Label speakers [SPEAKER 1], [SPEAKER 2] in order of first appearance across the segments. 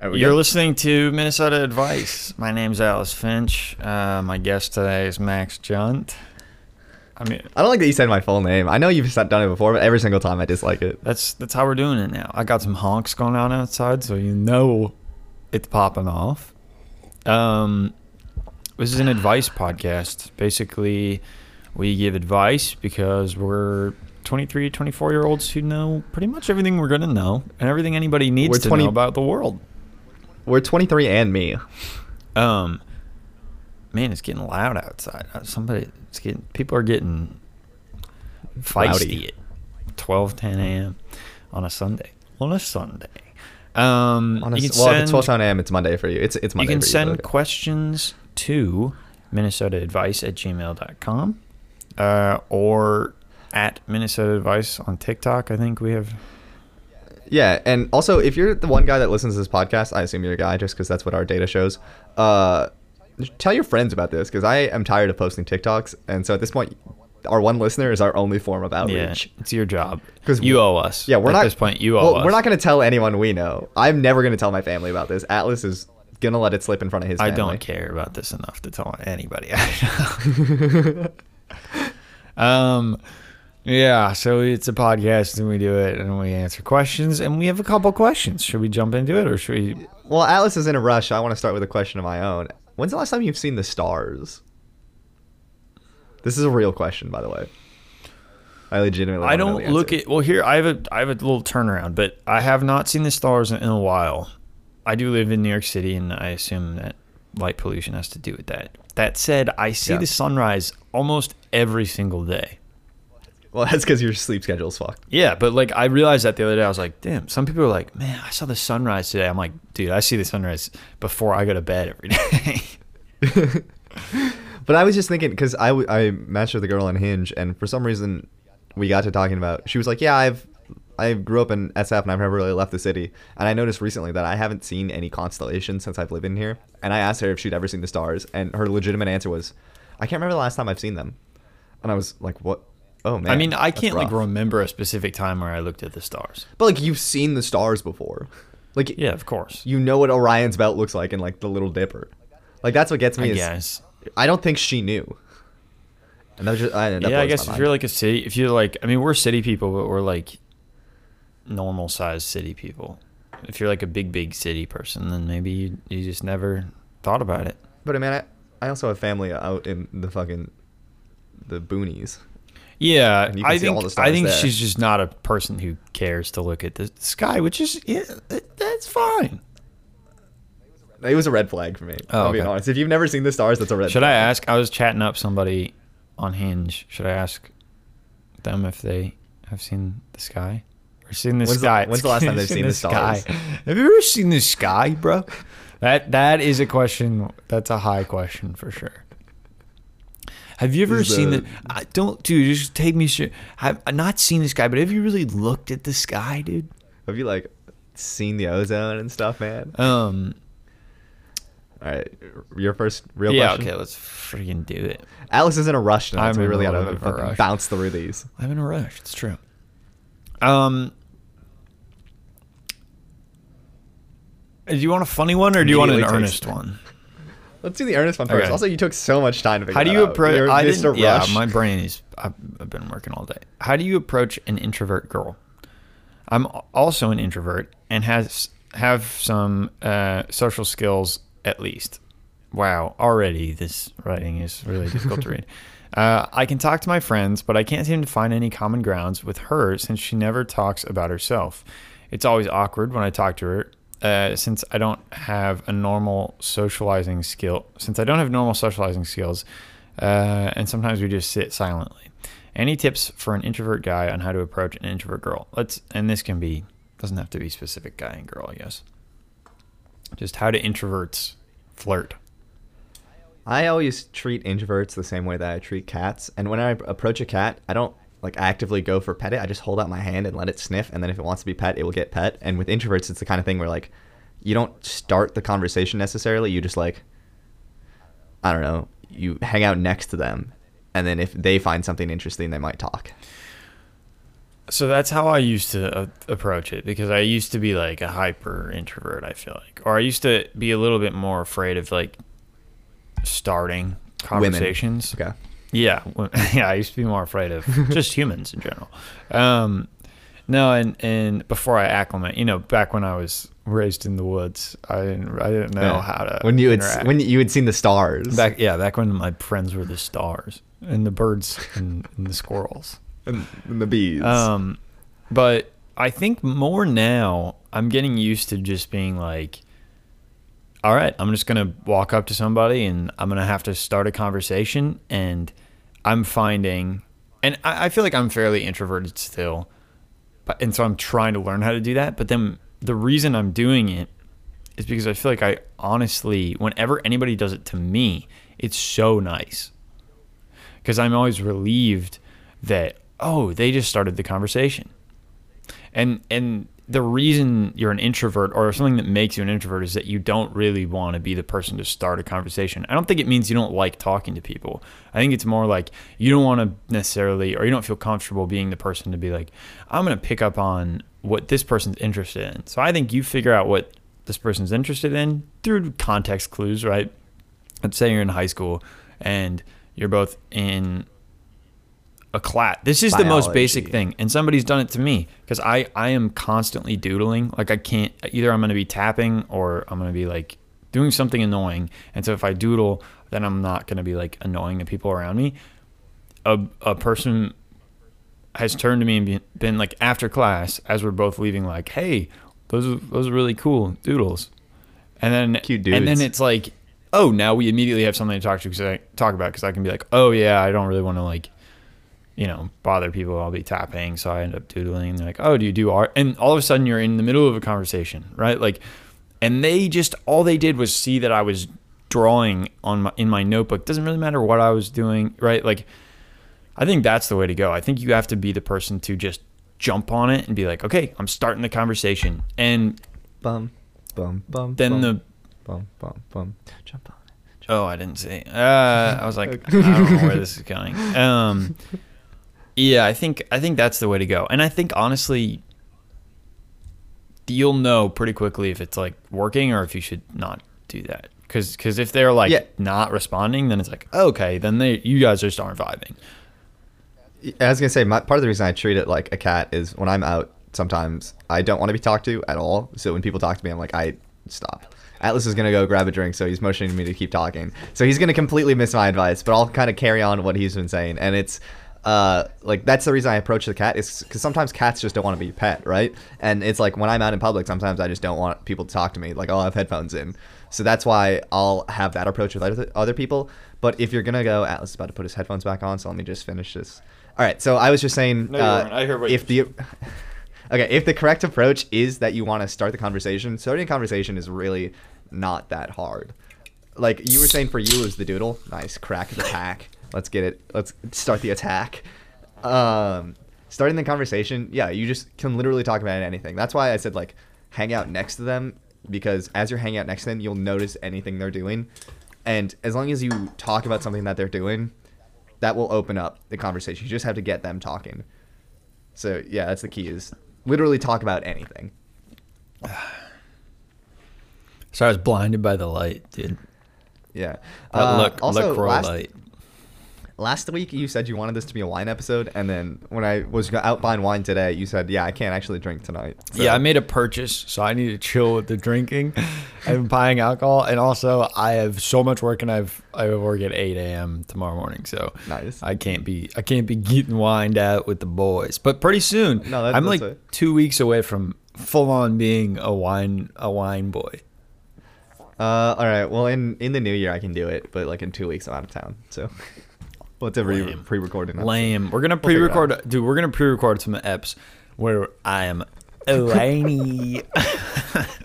[SPEAKER 1] There we
[SPEAKER 2] You're
[SPEAKER 1] go.
[SPEAKER 2] listening to Minnesota Advice. My name's Alice Finch. Uh, my guest today is Max Junt. I mean,
[SPEAKER 1] I don't like that you said my full name. I know you've said- done it before, but every single time I dislike it.
[SPEAKER 2] that's that's how we're doing it now. I got some honks going on outside, so you know it's popping off. Um, this is an advice podcast. Basically, we give advice because we're 23, 24 year olds who know pretty much everything we're going to know and everything anybody needs
[SPEAKER 1] We're
[SPEAKER 2] to
[SPEAKER 1] 20
[SPEAKER 2] know about the world.
[SPEAKER 1] We're 23 and me.
[SPEAKER 2] Um, man, it's getting loud outside. Uh, Somebody, it's getting people are getting feisty
[SPEAKER 1] Rowdy.
[SPEAKER 2] at 12, 10 a.m. on a Sunday. On a Sunday. Um,
[SPEAKER 1] On a,
[SPEAKER 2] you
[SPEAKER 1] s-
[SPEAKER 2] can
[SPEAKER 1] well, if
[SPEAKER 2] send,
[SPEAKER 1] it's 12 a.m. It's Monday for you. It's it's
[SPEAKER 2] you
[SPEAKER 1] Monday
[SPEAKER 2] can
[SPEAKER 1] for
[SPEAKER 2] send
[SPEAKER 1] you. but okay.
[SPEAKER 2] questions to Minnesota Advice at gmail.com uh, or at Minnesota Advice on TikTok. I think we have.
[SPEAKER 1] Yeah, and also if you're the one guy that listens to this podcast, I assume you're a guy just because that's what our data shows. Uh, tell your friends about this because I am tired of posting TikToks, and so at this point, our one listener is our only form of outreach.
[SPEAKER 2] Yeah, it's your job.
[SPEAKER 1] 'Cause
[SPEAKER 2] you owe us.
[SPEAKER 1] Yeah, we're
[SPEAKER 2] at
[SPEAKER 1] not
[SPEAKER 2] At this point, you owe
[SPEAKER 1] well,
[SPEAKER 2] us.
[SPEAKER 1] We're not going to tell anyone we know. I'm never going to tell my family about this. Atlas is going to let it slip in front of his.
[SPEAKER 2] I
[SPEAKER 1] Family.
[SPEAKER 2] don't care about this enough to tell anybody. I know. um, yeah, so it's a podcast and we do it and we answer questions and we have a couple questions. Should we jump into it or should we?
[SPEAKER 1] Well, Atlas is in a rush. I want to start with a question of my own. When's the last time you've seen the stars? This is a real question, by the way. I legitimately.
[SPEAKER 2] I
[SPEAKER 1] wanna know the
[SPEAKER 2] don't
[SPEAKER 1] answer.
[SPEAKER 2] look at. Well, here I have a I have a little turnaround, but I have not seen the stars in a while. I do live in New York City, and I assume that light pollution has to do with that. That said, I see
[SPEAKER 1] Yeah.
[SPEAKER 2] the sunrise almost every single day.
[SPEAKER 1] Well, that's because your sleep schedule's fucked.
[SPEAKER 2] Yeah, but like I realized that the other day. I was like, damn, some people are like, man, I saw the sunrise today. I'm like, dude, I see the sunrise before I go to bed every day.
[SPEAKER 1] But I was just thinking because I, w- I matched with a girl on Hinge, and for some reason, we got to talking about. She was like, "Yeah, I've I grew up in SF, and I've never really left the city." And I noticed recently that I haven't seen any constellations since I've lived in here. And I asked her if she'd ever seen the stars, and her legitimate answer was, "I can't remember the last time I've seen them." And I was like, "What? Oh man!"
[SPEAKER 2] I mean, I
[SPEAKER 1] that's
[SPEAKER 2] can't like
[SPEAKER 1] rough."
[SPEAKER 2] remember a specific time where I looked at the stars.
[SPEAKER 1] But like, you've seen the stars before, like
[SPEAKER 2] Yeah, of course.
[SPEAKER 1] you know what Orion's Belt looks like, and like the Little Dipper. Like that's what gets me.
[SPEAKER 2] I
[SPEAKER 1] is-
[SPEAKER 2] guess.
[SPEAKER 1] I don't think she knew. And that was just, I, that
[SPEAKER 2] yeah, I
[SPEAKER 1] blows
[SPEAKER 2] guess
[SPEAKER 1] my
[SPEAKER 2] if
[SPEAKER 1] mind.
[SPEAKER 2] you're like a city, if you're like, I mean, we're city people, but we're like normal sized city people. If you're like a big, big city person, then maybe you, you just never thought about it.
[SPEAKER 1] But I mean, I, I also have family out in the fucking the boonies.
[SPEAKER 2] Yeah,
[SPEAKER 1] And you can
[SPEAKER 2] I
[SPEAKER 1] see all
[SPEAKER 2] think
[SPEAKER 1] the stars
[SPEAKER 2] I think
[SPEAKER 1] there.
[SPEAKER 2] she's just not a person who cares to look at the sky, which is yeah, that- that's fine.
[SPEAKER 1] It was a red flag for me.
[SPEAKER 2] Oh,
[SPEAKER 1] I'll be
[SPEAKER 2] okay.
[SPEAKER 1] honest. If you've never seen the stars, that's a red.
[SPEAKER 2] Should I
[SPEAKER 1] flag.
[SPEAKER 2] ask? I was chatting up somebody on Hinge. Should I ask them if they have seen the sky or seen the
[SPEAKER 1] When's the-
[SPEAKER 2] sky?
[SPEAKER 1] when's the last time they've seen the stars?
[SPEAKER 2] Sky. Have you ever seen the sky, bro? That that is a question. That's a high question for sure. Have you ever
[SPEAKER 1] Is
[SPEAKER 2] seen the?
[SPEAKER 1] the-
[SPEAKER 2] I don't, dude. Just take me. Sure. Have I've not seen the sky, but have you really looked at the sky, dude?
[SPEAKER 1] Have you like seen the ozone and stuff, man?
[SPEAKER 2] Um.
[SPEAKER 1] All right, your first real
[SPEAKER 2] yeah.
[SPEAKER 1] question.
[SPEAKER 2] Okay. Let's freaking do it.
[SPEAKER 1] Alice is in a rush tonight,
[SPEAKER 2] I'm
[SPEAKER 1] so we
[SPEAKER 2] in a
[SPEAKER 1] really
[SPEAKER 2] little
[SPEAKER 1] gotta
[SPEAKER 2] bit of a
[SPEAKER 1] fucking
[SPEAKER 2] rush.
[SPEAKER 1] bounce through these.
[SPEAKER 2] I'm in a rush. It's true. Um, do you want a funny one or do you want an
[SPEAKER 1] Immediately takes-
[SPEAKER 2] earnest one?
[SPEAKER 1] Let's do the earnest one first.
[SPEAKER 2] Okay.
[SPEAKER 1] Also, you took so much time to figure
[SPEAKER 2] How do
[SPEAKER 1] that
[SPEAKER 2] you
[SPEAKER 1] out.
[SPEAKER 2] approach?
[SPEAKER 1] You're
[SPEAKER 2] I
[SPEAKER 1] Mr.
[SPEAKER 2] didn't, yeah,
[SPEAKER 1] Rush.
[SPEAKER 2] my brain is. I've, I've been working all day. How do you approach an introvert girl? I'm also an introvert and has have some uh, social skills at least. Wow, already this writing is really difficult to read. Uh, I can talk to my friends, but I can't seem to find any common grounds with her since she never talks about herself. It's always awkward when I talk to her uh, since I don't have a normal socializing skill. Since I don't have normal socializing skills, uh, and sometimes we just sit silently. Any tips for an introvert guy on how to approach an introvert girl? Let's and this can be doesn't have to be specific guy and girl, I guess. Just how do introverts flirt?
[SPEAKER 1] I always treat introverts the same way that I treat cats. And when I approach a cat, I don't like actively go for pet it. I just hold out my hand and let it sniff. And then if it wants to be pet, it will get pet. And with introverts, it's the kind of thing where like you don't start the conversation necessarily. You just like, I don't know, you hang out next to them. And then if they find something interesting, they might talk.
[SPEAKER 2] So that's how I used to uh, approach it because I used to be like a hyper introvert, I feel like. Or I used to be a little bit more afraid of like starting
[SPEAKER 1] Women.
[SPEAKER 2] conversations.
[SPEAKER 1] Okay.
[SPEAKER 2] Yeah, w- yeah. I used to be more afraid of just humans in general. Um, no, and and before I acclimate, you know, back when I was raised in the woods, I didn't I didn't know
[SPEAKER 1] Yeah.
[SPEAKER 2] how to
[SPEAKER 1] when you had s-
[SPEAKER 2] interact.
[SPEAKER 1] when you had seen the stars
[SPEAKER 2] back yeah back when my friends were the stars and the birds and, and the squirrels.
[SPEAKER 1] and, and the bees.
[SPEAKER 2] Um, but I think more now I'm getting used to just being like, all right, I'm just gonna walk up to somebody and I'm gonna have to start a conversation, and I'm finding, and I, I feel like I'm fairly introverted still, but and so I'm trying to learn how to do that. But then the reason I'm doing it is because I feel like I honestly, whenever anybody does it to me, it's so nice because I'm always relieved that oh they just started the conversation, and and the reason you're an introvert or something that makes you an introvert is that you don't really want to be the person to start a conversation. I don't think it means you don't like talking to people. I think it's more like you don't want to necessarily or you don't feel comfortable being the person to be like I'm going to pick up on what this person's interested in. So I think you figure out what this person's interested in through context clues, right? let's say you're in high school and you're both in a class. This is the most basic
[SPEAKER 1] Biology.
[SPEAKER 2] thing, and somebody's done it to me because I I am constantly doodling. Like I can't either. I'm going to be tapping or I'm going to be like doing something annoying. And so if I doodle, then I'm not going to be like annoying the people around me. A a person has turned to me and been, been like after class as we're both leaving like hey those are, those are really cool doodles and then
[SPEAKER 1] Cute
[SPEAKER 2] and then
[SPEAKER 1] dudes.
[SPEAKER 2] it's like oh now we immediately have something to talk to 'cause I talk about because I can be like oh yeah I don't really want to like you know bother people I'll be tapping so I end up doodling and they're like oh do you do art and all of a sudden you're in the middle of a conversation right like and they just all they did was see that I was drawing on my in my notebook doesn't really matter what I was doing right like I think that's the way to go. I think you have to be the person to just jump on it and be like, okay, I'm starting the conversation. And
[SPEAKER 1] bum, bum, bum.
[SPEAKER 2] then
[SPEAKER 1] bum,
[SPEAKER 2] the,
[SPEAKER 1] bum, bum, bum. Jump on it. Jump.
[SPEAKER 2] oh, I didn't say, uh, I was like, I don't know where this is going. Um, yeah, I think, I think that's the way to go. And I think honestly, you'll know pretty quickly if it's like working or if you should not do that. Cause, cause if they're like
[SPEAKER 1] Yeah.
[SPEAKER 2] not responding, then it's like, okay, then they, you guys just aren't vibing.
[SPEAKER 1] I was gonna say my, part of the reason I treat it like a cat is when I'm out. Sometimes I don't want to be talked to at all. So when people talk to me, I'm like, I stop. Atlas is gonna go grab a drink, so he's motioning to me to keep talking. So he's gonna completely miss my advice, but I'll kind of carry on what he's been saying. And it's uh, like that's the reason I approach the cat is because sometimes cats just don't want to be pet, right? And it's like when I'm out in public, sometimes I just don't want people to talk to me. Like, oh, I have headphones in, so that's why I'll have that approach with other other people. But if you're gonna go, Atlas is about to put his headphones back on, so let me just finish this. All right, so I was just saying,
[SPEAKER 2] No, you
[SPEAKER 1] uh,
[SPEAKER 2] weren't. I heard what
[SPEAKER 1] if the okay, if the correct approach is that you want to start the conversation, starting a conversation is really not that hard. Like you were saying, for you is the doodle. Nice crack of the pack. Let's get it. Let's start the attack. Um, starting the conversation. Yeah, you just can literally talk about anything. That's why I said like hang out next to them because as you're hanging out next to them, you'll notice anything they're doing, and as long as you talk about something that they're doing, that will open up the conversation. You just have to get them talking. So yeah, that's the key is literally talk about anything.
[SPEAKER 2] So I was blinded by the light, dude.
[SPEAKER 1] Yeah.
[SPEAKER 2] That
[SPEAKER 1] Uh,
[SPEAKER 2] look,
[SPEAKER 1] also,
[SPEAKER 2] look,
[SPEAKER 1] last,
[SPEAKER 2] light.
[SPEAKER 1] last week you said you wanted this to be a wine episode, and then when I was go- out buying wine today, you said, "Yeah, I can't actually drink tonight." So-
[SPEAKER 2] Yeah, I made a purchase, so I need to chill with the drinking and buying alcohol. And also, I have so much work, and I've I have work at eight a.m. tomorrow morning, so
[SPEAKER 1] Nice.
[SPEAKER 2] I can't be I can't be getting wined out with the boys. But pretty soon,
[SPEAKER 1] No, that-
[SPEAKER 2] I'm
[SPEAKER 1] that's
[SPEAKER 2] like
[SPEAKER 1] right.
[SPEAKER 2] two weeks away from full on being a wine a wine boy.
[SPEAKER 1] Uh, all right. Well, in in the new year I can do it, but like in two weeks I'm out of town, so we'll have to re-
[SPEAKER 2] Lame.
[SPEAKER 1] pre-record it.
[SPEAKER 2] Lame. We're gonna
[SPEAKER 1] figure it
[SPEAKER 2] pre-record, dude. We're gonna pre-record some eps where I am whiny.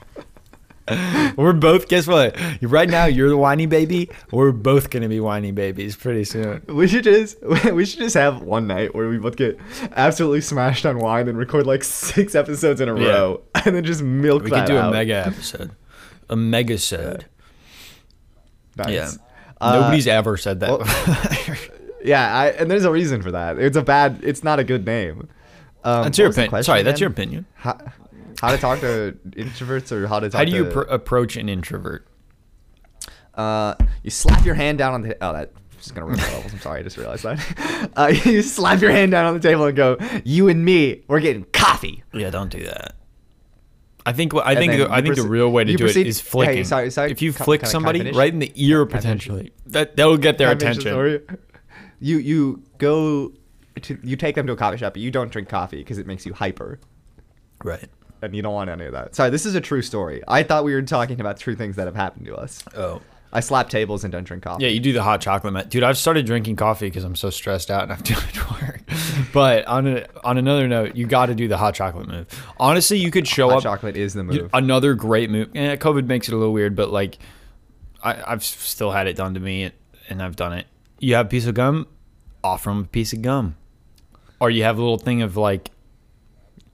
[SPEAKER 2] we're both. Guess what? Right now, you're the whiny baby. We're both gonna be whiny babies pretty soon.
[SPEAKER 1] We should just we should just have one night where we both get absolutely smashed on wine and record like six episodes in a
[SPEAKER 2] Yeah.
[SPEAKER 1] row, and then just milk
[SPEAKER 2] We
[SPEAKER 1] that
[SPEAKER 2] could do a
[SPEAKER 1] out.
[SPEAKER 2] mega episode. A mega sode.
[SPEAKER 1] Nice.
[SPEAKER 2] Yeah.
[SPEAKER 1] Uh,
[SPEAKER 2] Nobody's ever said that.
[SPEAKER 1] well-
[SPEAKER 2] before.
[SPEAKER 1] Yeah, I, and there's a reason for that. It's a bad. It's not a good name. Um,
[SPEAKER 2] That's
[SPEAKER 1] what
[SPEAKER 2] your
[SPEAKER 1] was the
[SPEAKER 2] opinion.
[SPEAKER 1] question
[SPEAKER 2] Sorry, that's
[SPEAKER 1] again?
[SPEAKER 2] your opinion.
[SPEAKER 1] How, how to talk to introverts or how to talk
[SPEAKER 2] How do you
[SPEAKER 1] to-
[SPEAKER 2] pr- approach an introvert?
[SPEAKER 1] Uh, you slap your hand down on the. Oh, that I'm just gonna ruin my levels. I'm sorry, I just realized that. Uh, you slap your hand down on the table and go, "You and me, we're getting coffee."
[SPEAKER 2] Yeah, don't do that. I think what I
[SPEAKER 1] And
[SPEAKER 2] think
[SPEAKER 1] then
[SPEAKER 2] the, I
[SPEAKER 1] you
[SPEAKER 2] think the
[SPEAKER 1] proceed-
[SPEAKER 2] real way to
[SPEAKER 1] you
[SPEAKER 2] do
[SPEAKER 1] proceed-
[SPEAKER 2] it is
[SPEAKER 1] hey,
[SPEAKER 2] flicking.
[SPEAKER 1] sorry, sorry,
[SPEAKER 2] if you
[SPEAKER 1] can-
[SPEAKER 2] flick
[SPEAKER 1] can I- can I
[SPEAKER 2] somebody
[SPEAKER 1] finish?
[SPEAKER 2] right in the ear,
[SPEAKER 1] Can I finish?
[SPEAKER 2] potentially that that'll get their
[SPEAKER 1] Can I finish the
[SPEAKER 2] attention.
[SPEAKER 1] story? You you go to you take them to a coffee shop, but you don't drink coffee because it makes you hyper,
[SPEAKER 2] Right.
[SPEAKER 1] and you don't want any of that. Sorry, this is a true story. I thought we were talking about true things that have happened to us.
[SPEAKER 2] Oh.
[SPEAKER 1] I slap tables and don't drink coffee.
[SPEAKER 2] Yeah, you do the hot chocolate method, dude. I've started drinking coffee because I'm so stressed out and I've done work. But on a, on another note, you got to do the hot chocolate move. Honestly, you could show
[SPEAKER 1] Hot
[SPEAKER 2] up.
[SPEAKER 1] chocolate is the move.
[SPEAKER 2] You- Another great move. Eh, COVID makes it a little weird, but like, I, I've s- still had it done to me, and I've done it. You have a piece of gum, offer them a piece of gum, or you have a little thing of like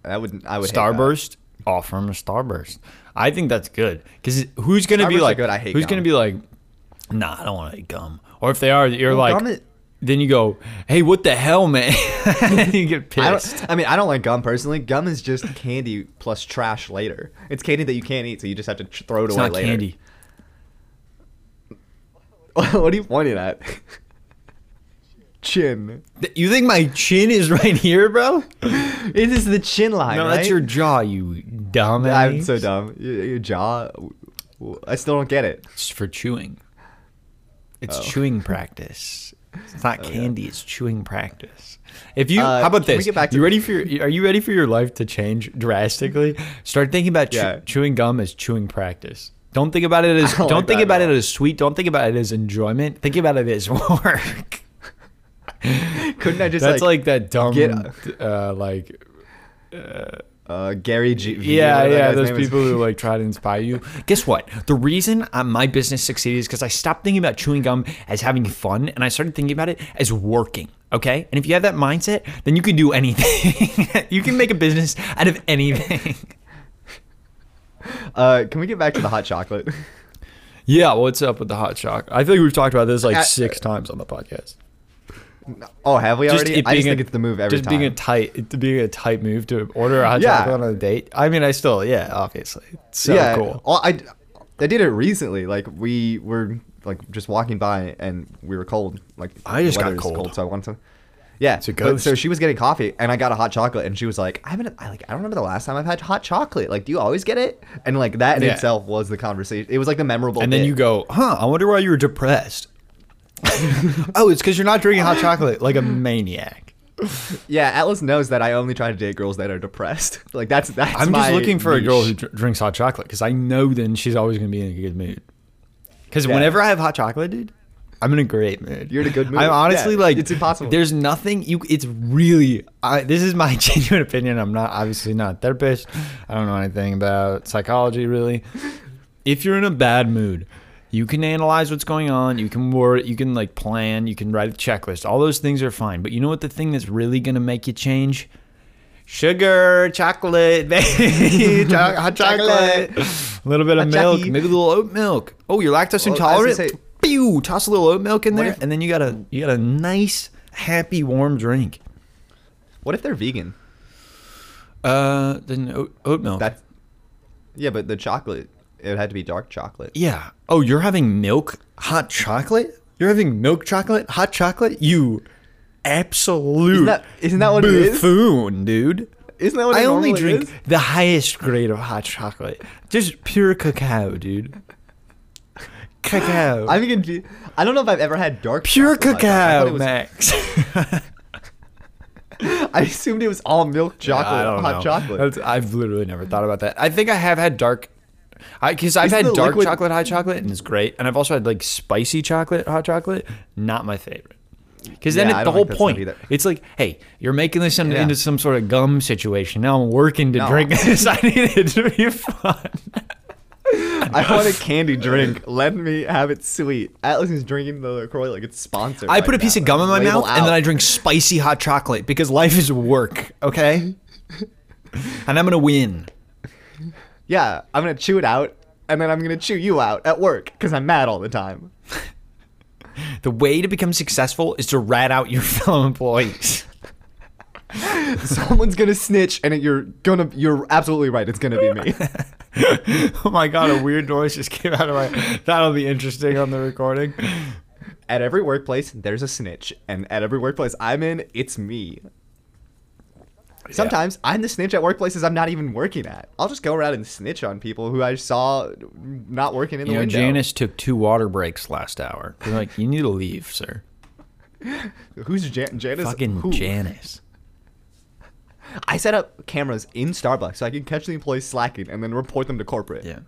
[SPEAKER 1] I would I would hate that.
[SPEAKER 2] Starburst, offer them a Starburst. I think that's good because who's gonna be
[SPEAKER 1] Starbursts are
[SPEAKER 2] like,
[SPEAKER 1] good, I hate
[SPEAKER 2] who's
[SPEAKER 1] gum.
[SPEAKER 2] gonna be like, nah, I don't want to eat gum. Or if they are, you're
[SPEAKER 1] Well,
[SPEAKER 2] like,
[SPEAKER 1] gum is-
[SPEAKER 2] then you go, hey, what the hell, man? and you get
[SPEAKER 1] I
[SPEAKER 2] pissed.
[SPEAKER 1] don't. I mean, I don't like gum personally. Gum is just candy plus trash later. It's candy that you can't eat, so you just have to tr- throw it
[SPEAKER 2] It's
[SPEAKER 1] away
[SPEAKER 2] not
[SPEAKER 1] later.
[SPEAKER 2] candy.
[SPEAKER 1] what are you pointing at? chin.
[SPEAKER 2] Th- You think my chin is right here, bro?
[SPEAKER 1] It is the chin line.
[SPEAKER 2] No, that's
[SPEAKER 1] right?
[SPEAKER 2] your jaw, you dumbass.
[SPEAKER 1] I'm so dumb. Your, your jaw. I still don't get it.
[SPEAKER 2] It's for chewing. It's
[SPEAKER 1] Oh.
[SPEAKER 2] chewing practice. It's not
[SPEAKER 1] Okay.
[SPEAKER 2] candy. It's chewing practice. If you,
[SPEAKER 1] Uh,
[SPEAKER 2] how about
[SPEAKER 1] can we
[SPEAKER 2] this?
[SPEAKER 1] get back to-
[SPEAKER 2] you ready for? Your, are you ready for your life to change drastically? Start thinking about chew-
[SPEAKER 1] Yeah.
[SPEAKER 2] chewing gum as chewing practice. Don't think about it as.
[SPEAKER 1] I don't
[SPEAKER 2] Don't,
[SPEAKER 1] like
[SPEAKER 2] think
[SPEAKER 1] that
[SPEAKER 2] about
[SPEAKER 1] at
[SPEAKER 2] it
[SPEAKER 1] all.
[SPEAKER 2] as sweet. Don't think about it as enjoyment. Think about it as work.
[SPEAKER 1] Couldn't I just
[SPEAKER 2] That's
[SPEAKER 1] like,
[SPEAKER 2] like, that dumb,
[SPEAKER 1] get-
[SPEAKER 2] uh, like
[SPEAKER 1] uh, Gary G? V,
[SPEAKER 2] Yeah,
[SPEAKER 1] whatever that
[SPEAKER 2] yeah,
[SPEAKER 1] guy's
[SPEAKER 2] those
[SPEAKER 1] name is.
[SPEAKER 2] people who like try to inspire you. Guess what? The reason uh, my business succeeded is because I stopped thinking about chewing gum as having fun, and I started thinking about it as working. Okay, and if you have that mindset, then you can do anything. you can make a business out of anything.
[SPEAKER 1] Uh, can we get back to the hot chocolate?
[SPEAKER 2] yeah, what's up with the hot chocolate? I feel like we've talked about this like
[SPEAKER 1] Uh,
[SPEAKER 2] six times on the podcast.
[SPEAKER 1] oh, have we already? I just
[SPEAKER 2] a-
[SPEAKER 1] think it's the move every
[SPEAKER 2] just
[SPEAKER 1] time.
[SPEAKER 2] being a tight, it being a tight move to order a hot
[SPEAKER 1] Yeah.
[SPEAKER 2] chocolate on a date. I mean, I still, yeah, obviously, It's so cool.
[SPEAKER 1] all- I, I did it recently. Like we were like just walking by and we were cold. Like
[SPEAKER 2] I just
[SPEAKER 1] the
[SPEAKER 2] got
[SPEAKER 1] weather's
[SPEAKER 2] cold.
[SPEAKER 1] so I wanted to. Yeah.
[SPEAKER 2] a
[SPEAKER 1] but-
[SPEAKER 2] ghost.
[SPEAKER 1] so she was getting coffee and I got a hot chocolate and she was like, I haven't I like I don't remember the last time I've had hot chocolate. Like, do you always get it? And like that in
[SPEAKER 2] Yeah.
[SPEAKER 1] itself was the conversation. It was like the memorable
[SPEAKER 2] And then
[SPEAKER 1] bit.
[SPEAKER 2] you go, huh, I wonder why you were depressed. oh, it's because you're not drinking hot chocolate like a maniac.
[SPEAKER 1] Yeah, Atlas knows that I only try to date girls that are depressed. Like that's that's
[SPEAKER 2] I'm
[SPEAKER 1] my
[SPEAKER 2] just looking for a girl who
[SPEAKER 1] niche.
[SPEAKER 2] dr- drinks hot chocolate because I know then she's always going to be in a good mood. Because
[SPEAKER 1] Yeah.
[SPEAKER 2] whenever I have hot chocolate, dude, I'm in a great mood.
[SPEAKER 1] You're in a good mood.
[SPEAKER 2] I'm honestly
[SPEAKER 1] Yeah,
[SPEAKER 2] like,
[SPEAKER 1] it's impossible.
[SPEAKER 2] There's nothing you. It's really. I, this is my genuine opinion. I'm not obviously not a therapist. I don't know anything about psychology really. If you're in a bad mood, you can analyze what's going on. You can word. You can like plan. You can write a checklist. All those things are fine. But you know what? The thing that's really gonna make you change. Sugar, chocolate, baby, cho- hot chocolate, a little bit of
[SPEAKER 1] Hot
[SPEAKER 2] milk,
[SPEAKER 1] chockey.
[SPEAKER 2] maybe a little oat milk. Oh, you're lactose
[SPEAKER 1] Well, I was
[SPEAKER 2] intolerant.
[SPEAKER 1] gonna say-
[SPEAKER 2] Pew! Toss a little oat milk in
[SPEAKER 1] What
[SPEAKER 2] there,
[SPEAKER 1] if-
[SPEAKER 2] and then you got a you got a nice, happy, warm drink.
[SPEAKER 1] What if they're vegan?
[SPEAKER 2] Uh, then oat, oat milk.
[SPEAKER 1] That's Yeah, but the chocolate it had to be dark chocolate.
[SPEAKER 2] yeah. Oh, you're having milk, hot chocolate. You're having milk chocolate, hot chocolate. You absolute
[SPEAKER 1] Isn't that- isn't that what it is?
[SPEAKER 2] buffoon, dude?
[SPEAKER 1] Isn't that what it
[SPEAKER 2] I only
[SPEAKER 1] normally
[SPEAKER 2] drink
[SPEAKER 1] is?
[SPEAKER 2] the highest grade of hot chocolate, just pure cacao, dude. Cacao.
[SPEAKER 1] I'm confused. I don't know if I've ever had dark
[SPEAKER 2] pure
[SPEAKER 1] chocolate. I
[SPEAKER 2] cacao,
[SPEAKER 1] thought it was-
[SPEAKER 2] Max.
[SPEAKER 1] I assumed it was all milk chocolate,
[SPEAKER 2] I don't
[SPEAKER 1] hot
[SPEAKER 2] know.
[SPEAKER 1] chocolate.
[SPEAKER 2] That's- I've literally never thought about that. I think I have had dark, because I've
[SPEAKER 1] Isn't
[SPEAKER 2] had
[SPEAKER 1] the
[SPEAKER 2] dark
[SPEAKER 1] liquid-
[SPEAKER 2] chocolate hot chocolate and it's great, and I've also had like spicy chocolate hot chocolate. Not my favorite. Because then
[SPEAKER 1] Yeah,
[SPEAKER 2] it,
[SPEAKER 1] I
[SPEAKER 2] the
[SPEAKER 1] don't
[SPEAKER 2] whole
[SPEAKER 1] think that's
[SPEAKER 2] point,
[SPEAKER 1] good either.
[SPEAKER 2] it's like, hey, you're making this into-
[SPEAKER 1] Yeah.
[SPEAKER 2] into some sort of gum situation. Now I'm working to
[SPEAKER 1] No.
[SPEAKER 2] drink this. I need it to be fun.
[SPEAKER 1] I want a candy drink. Let me have it sweet. Atlas is drinking the LaCroix like it's sponsored.
[SPEAKER 2] I
[SPEAKER 1] right
[SPEAKER 2] put a piece
[SPEAKER 1] now.
[SPEAKER 2] of gum in my
[SPEAKER 1] Label
[SPEAKER 2] mouth and then I
[SPEAKER 1] out.
[SPEAKER 2] drink spicy hot chocolate because life is work, okay? and I'm gonna win.
[SPEAKER 1] Yeah, I'm gonna chew it out, and then I'm gonna chew you out at work because I'm mad all the time.
[SPEAKER 2] The way to become successful is to rat out your fellow employees.
[SPEAKER 1] Someone's gonna snitch, and it, you're gonna. You're absolutely right. It's gonna be me.
[SPEAKER 2] oh my god, a weird noise just came out of my. That'll be interesting on the recording.
[SPEAKER 1] at every workplace, there's a snitch, and at every workplace I'm in, it's me. Sometimes I'm the snitch at workplaces I'm not even working at. I'll just go around and snitch on people who I saw not working in the
[SPEAKER 2] You know,
[SPEAKER 1] window.
[SPEAKER 2] Janice took two water breaks last hour. They're like, you need to leave, sir.
[SPEAKER 1] Who's Jan- Janice?
[SPEAKER 2] Fucking
[SPEAKER 1] who?
[SPEAKER 2] Janice.
[SPEAKER 1] I set up cameras in Starbucks so I can catch the employees slacking and then report them to corporate.
[SPEAKER 2] Yeah.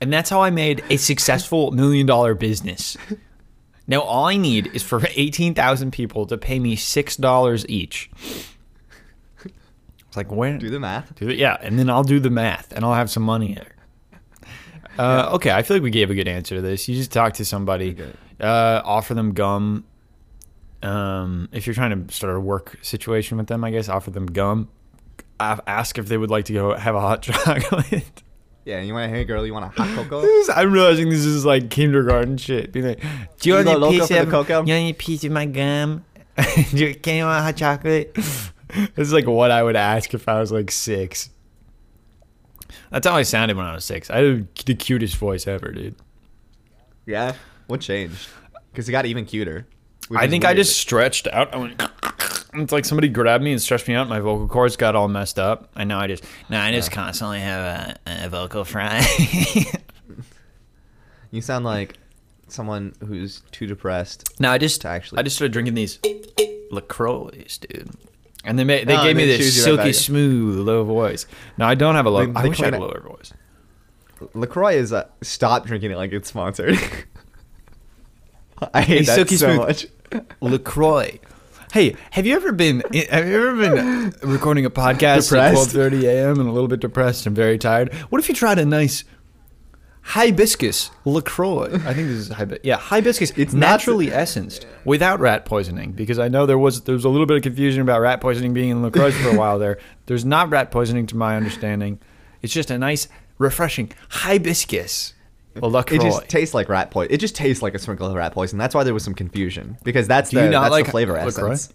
[SPEAKER 2] And that's how I made a successful million dollar business. Now all I need is for 18,000 people to pay me $6 each. It's like when
[SPEAKER 1] Do the math.
[SPEAKER 2] do it, yeah, and then I'll do the math and I'll have some money there. Uh, okay, I feel like we gave a good answer to this. You just talk to somebody,
[SPEAKER 1] Okay.
[SPEAKER 2] uh, offer them gum. Um, if you're trying to start a work situation with them, I guess offer them gum. A- Ask if they would like to go have a hot chocolate.
[SPEAKER 1] Yeah, you want to hey girl, you want a hot cocoa?
[SPEAKER 2] This is- I'm realizing this is like kindergarten shit. Being like, do you
[SPEAKER 1] You
[SPEAKER 2] want
[SPEAKER 1] go
[SPEAKER 2] a
[SPEAKER 1] loco
[SPEAKER 2] piece
[SPEAKER 1] for the
[SPEAKER 2] of
[SPEAKER 1] cocoa?"
[SPEAKER 2] You want a piece of my gum? do you, can you want a hot chocolate? this is like what I would ask if I was like six. That's how I sounded when I was six. I had the cutest voice ever, dude.
[SPEAKER 1] yeah. What changed? Because he got even cuter. which
[SPEAKER 2] I
[SPEAKER 1] is
[SPEAKER 2] think I
[SPEAKER 1] weird.
[SPEAKER 2] just stretched out. I went. It's like somebody grabbed me and stretched me out. My vocal cords got all messed up. I know. I just now I just constantly have a, a vocal fry.
[SPEAKER 1] You sound like someone who's too depressed.
[SPEAKER 2] No, I just
[SPEAKER 1] to actually-
[SPEAKER 2] I just started drinking these Lacroix, dude. And they ma- they
[SPEAKER 1] No,
[SPEAKER 2] gave me
[SPEAKER 1] they choose
[SPEAKER 2] this
[SPEAKER 1] you right
[SPEAKER 2] silky
[SPEAKER 1] back.
[SPEAKER 2] smooth low voice. No, I don't have a low.
[SPEAKER 1] They-
[SPEAKER 2] I
[SPEAKER 1] they
[SPEAKER 2] wish I had a
[SPEAKER 1] clean it.
[SPEAKER 2] lower voice.
[SPEAKER 1] Lacroix is a stop drinking it like it's sponsored. I hate
[SPEAKER 2] It's
[SPEAKER 1] that
[SPEAKER 2] silky
[SPEAKER 1] so
[SPEAKER 2] smooth.
[SPEAKER 1] much.
[SPEAKER 2] Lacroix. Hey, have you ever been? Have you ever been recording a podcast at
[SPEAKER 1] Depressed?
[SPEAKER 2] twelve thirty a.m. and a little bit depressed and very tired? What if you tried a nice hibiscus Lacroix? I think this is hibiscus. Yeah, hibiscus. It's
[SPEAKER 1] It's not-
[SPEAKER 2] naturally essenced without rat poisoning because I know there was there was a little bit of confusion about rat poisoning being in Lacroix for a while there. There's not rat poisoning to my understanding. It's just a nice, refreshing hibiscus Lacroix.
[SPEAKER 1] It just tastes like rat poison. It just tastes like a sprinkle of rat poison. That's why there was some confusion because that's
[SPEAKER 2] Do
[SPEAKER 1] the
[SPEAKER 2] you not
[SPEAKER 1] that's
[SPEAKER 2] like
[SPEAKER 1] the flavor
[SPEAKER 2] LaCroix?
[SPEAKER 1] essence.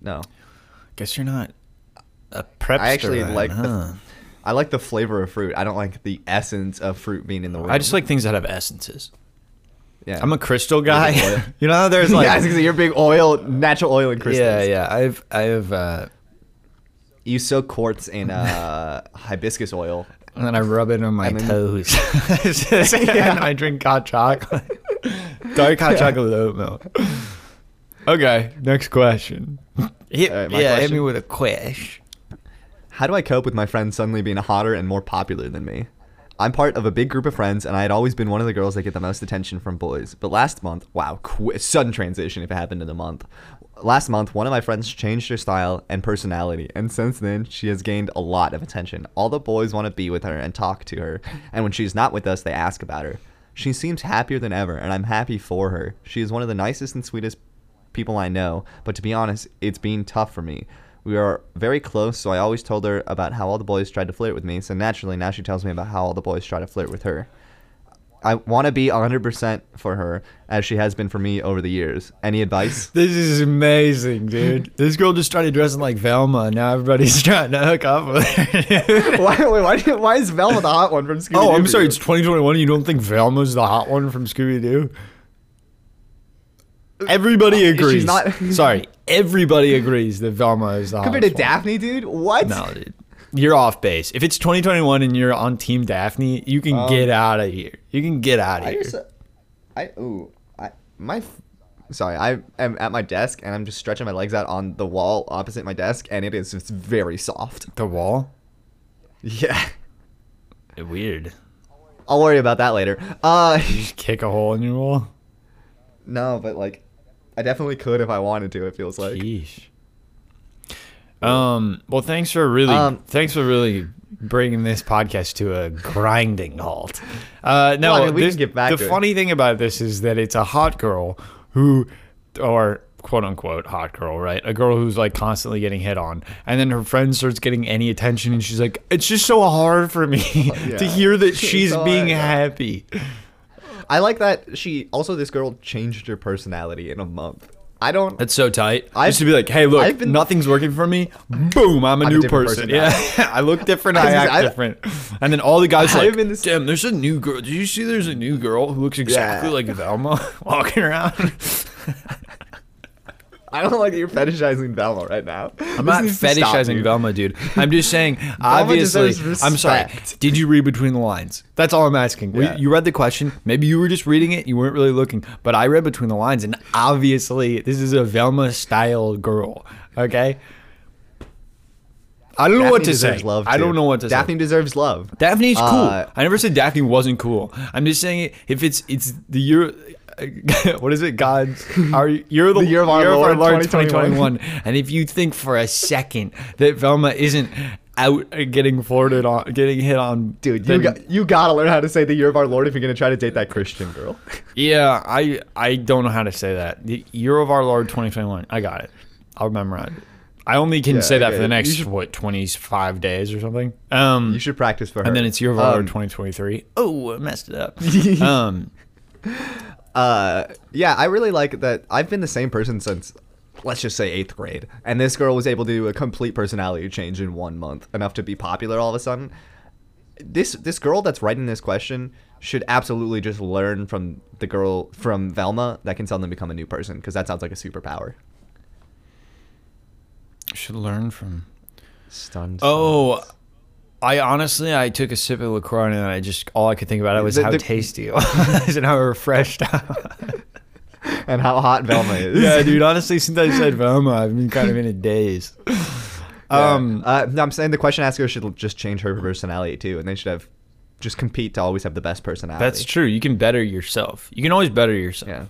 [SPEAKER 1] No,
[SPEAKER 2] Guess you're not a prepster.
[SPEAKER 1] I actually
[SPEAKER 2] then,
[SPEAKER 1] like
[SPEAKER 2] huh?
[SPEAKER 1] the, I like the flavor of fruit. I don't like the essence of fruit being in the room.
[SPEAKER 2] I just like things that have essences.
[SPEAKER 1] yeah.
[SPEAKER 2] I'm a crystal guy.
[SPEAKER 1] Like oil.
[SPEAKER 2] you know how there's
[SPEAKER 1] yeah,
[SPEAKER 2] like
[SPEAKER 1] I was gonna say, you're big oil, natural oil and crystals.
[SPEAKER 2] yeah, yeah. I've I've uh,
[SPEAKER 1] You soak quartz in uh, hibiscus oil.
[SPEAKER 2] and then I rub it on my
[SPEAKER 1] And then-
[SPEAKER 2] toes. and I drink hot chocolate, dark hot chocolate with oat milk. Okay, next question. Hit,
[SPEAKER 1] All right, my
[SPEAKER 2] yeah, hit
[SPEAKER 1] question.
[SPEAKER 2] me with a quish.
[SPEAKER 1] How do I cope with my friends suddenly being hotter and more popular than me? I'm part of a big group of friends, and I had always been one of the girls that get the most attention from boys. But last month, wow, qu- sudden transition if it happened in a month. Last month, one of my friends changed her style and personality, and since then, she has gained a lot of attention. All the boys want to be with her and talk to her, and when she's not with us, they ask about her. She seems happier than ever, and I'm happy for her. She is one of the nicest and sweetest people I know, but to be honest, it's been tough for me. We are very close, so I always told her about how all the boys tried to flirt with me, so naturally now she tells me about how all the boys try to flirt with her. I want to be 100% for her, as she has been for me over the years. Any advice?
[SPEAKER 2] This is amazing, dude. this girl just started dressing like Velma. and Now everybody's trying to hook up with her. dude.
[SPEAKER 1] why, wait, why, do- why is Velma the hot one from Scooby
[SPEAKER 2] Oh, I'm sorry. It's 2021. You don't think Velma's the hot one from Scooby Doo? Everybody
[SPEAKER 1] Uh, she's
[SPEAKER 2] agrees.
[SPEAKER 1] not-
[SPEAKER 2] sorry, everybody agrees that Velma is the
[SPEAKER 1] Compared to
[SPEAKER 2] hottest one.
[SPEAKER 1] Daphne, dude? What?
[SPEAKER 2] No, dude, you're off base. If it's 2021 and you're on Team Daphne, you can
[SPEAKER 1] Um,
[SPEAKER 2] get out of here. You can get out of
[SPEAKER 1] I uh,
[SPEAKER 2] here.
[SPEAKER 1] just, I ooh, I my, f- sorry, I am at my desk and I'm just stretching my legs out on the wall opposite my desk, and it is it's very soft.
[SPEAKER 2] the wall.
[SPEAKER 1] Yeah,
[SPEAKER 2] Weird.
[SPEAKER 1] I'll worry about that later. Uh,
[SPEAKER 2] You just kick a hole in your wall.
[SPEAKER 1] no, but like, I definitely could if I wanted to. It feels like.
[SPEAKER 2] Yeesh. Um. Well, thanks for really,
[SPEAKER 1] Um,
[SPEAKER 2] thanks for really bringing this podcast to a grinding halt. Uh, no,
[SPEAKER 1] Well, I mean, we
[SPEAKER 2] this-
[SPEAKER 1] can get back
[SPEAKER 2] the
[SPEAKER 1] to it.
[SPEAKER 2] funny thing about this is that it's a hot girl who, or quote unquote hot girl, right? A girl who's like constantly getting hit on, and then her friend starts getting any attention, and she's like, "It's just so hard for me to
[SPEAKER 1] yeah.
[SPEAKER 2] hear that
[SPEAKER 1] It's
[SPEAKER 2] she's
[SPEAKER 1] so
[SPEAKER 2] being
[SPEAKER 1] hard, yeah.
[SPEAKER 2] happy."
[SPEAKER 1] I like that she also this girl changed her personality in a month. I don't.
[SPEAKER 2] That's so tight. I
[SPEAKER 1] I've-
[SPEAKER 2] used to be like, hey, look,
[SPEAKER 1] I've been-
[SPEAKER 2] nothing's working for me. Boom, I'm a
[SPEAKER 1] a
[SPEAKER 2] new
[SPEAKER 1] different
[SPEAKER 2] person.
[SPEAKER 1] person now.
[SPEAKER 2] yeah, I look different. I
[SPEAKER 1] I-
[SPEAKER 2] act
[SPEAKER 1] I-
[SPEAKER 2] different. And then all the guys are
[SPEAKER 1] I've
[SPEAKER 2] like,
[SPEAKER 1] been this-
[SPEAKER 2] damn, there's a new girl. Did you see there's a new girl who looks exactly
[SPEAKER 1] Yeah.
[SPEAKER 2] like Velma walking around?
[SPEAKER 1] I don't like that you're fetishizing Velma right now.
[SPEAKER 2] I'm not fetishizing Velma, dude. I'm just saying, obviously,
[SPEAKER 1] deserves
[SPEAKER 2] I'm sorry.
[SPEAKER 1] respect.
[SPEAKER 2] Did you read between the lines? That's all I'm asking. We-
[SPEAKER 1] Yeah.
[SPEAKER 2] you read the question. Maybe you were just reading it. You weren't really looking. But I read between the lines, and obviously, this is a Velma style girl. Okay. I don't know what to say.
[SPEAKER 1] Love
[SPEAKER 2] I don't
[SPEAKER 1] too.
[SPEAKER 2] know what to
[SPEAKER 1] Daphne
[SPEAKER 2] say.
[SPEAKER 1] deserves love.
[SPEAKER 2] Daphne's cool.
[SPEAKER 1] Uh,
[SPEAKER 2] I never said Daphne wasn't cool. I'm just saying it. If it's it's the year, what is it? God's our you're the,
[SPEAKER 1] The year of our Lord, 2021.
[SPEAKER 2] 2021. And if you think for a second that Velma isn't out and getting flirted on, getting hit on,
[SPEAKER 1] Dude, you
[SPEAKER 2] then-
[SPEAKER 1] got, you gotta learn how to say the year of our Lord if you're gonna try to date that Christian girl.
[SPEAKER 2] yeah, I I don't know how to say that. The year of our Lord 2021. I got it. I'll memorize it. I only can
[SPEAKER 1] Yeah,
[SPEAKER 2] say that for
[SPEAKER 1] okay.
[SPEAKER 2] the
[SPEAKER 1] You
[SPEAKER 2] next
[SPEAKER 1] should-
[SPEAKER 2] what 25 days or something. Um,
[SPEAKER 1] You should practice for her.
[SPEAKER 2] and then it's year of our Lord
[SPEAKER 1] Um,
[SPEAKER 2] 2023. Oh, I messed it up. um.
[SPEAKER 1] uh, yeah, I really like that. I've been the same person since, let's just say eighth grade, and this girl was able to do a complete personality change in one month, enough to be popular all of a sudden. This this girl that's writing this question should absolutely just learn from the girl from Velma that can suddenly become a new person because that sounds like a superpower.
[SPEAKER 2] Should learn from.
[SPEAKER 1] Stunned.
[SPEAKER 2] Oh, I honestly, I took a sip of Lacroix and I just all I could think about it was
[SPEAKER 1] The-
[SPEAKER 2] how
[SPEAKER 1] the-
[SPEAKER 2] tasty it was and how refreshed.
[SPEAKER 1] and how hot Velma is.
[SPEAKER 2] yeah, dude. Honestly, since I said Velma, I've been kind of in a daze.
[SPEAKER 1] Yeah.
[SPEAKER 2] Um,
[SPEAKER 1] uh, no, I'm saying the question asker should just change her personality too, and they should have just compete to always have the best personality.
[SPEAKER 2] that's true. You can better yourself. You can always better yourself.
[SPEAKER 1] Yeah.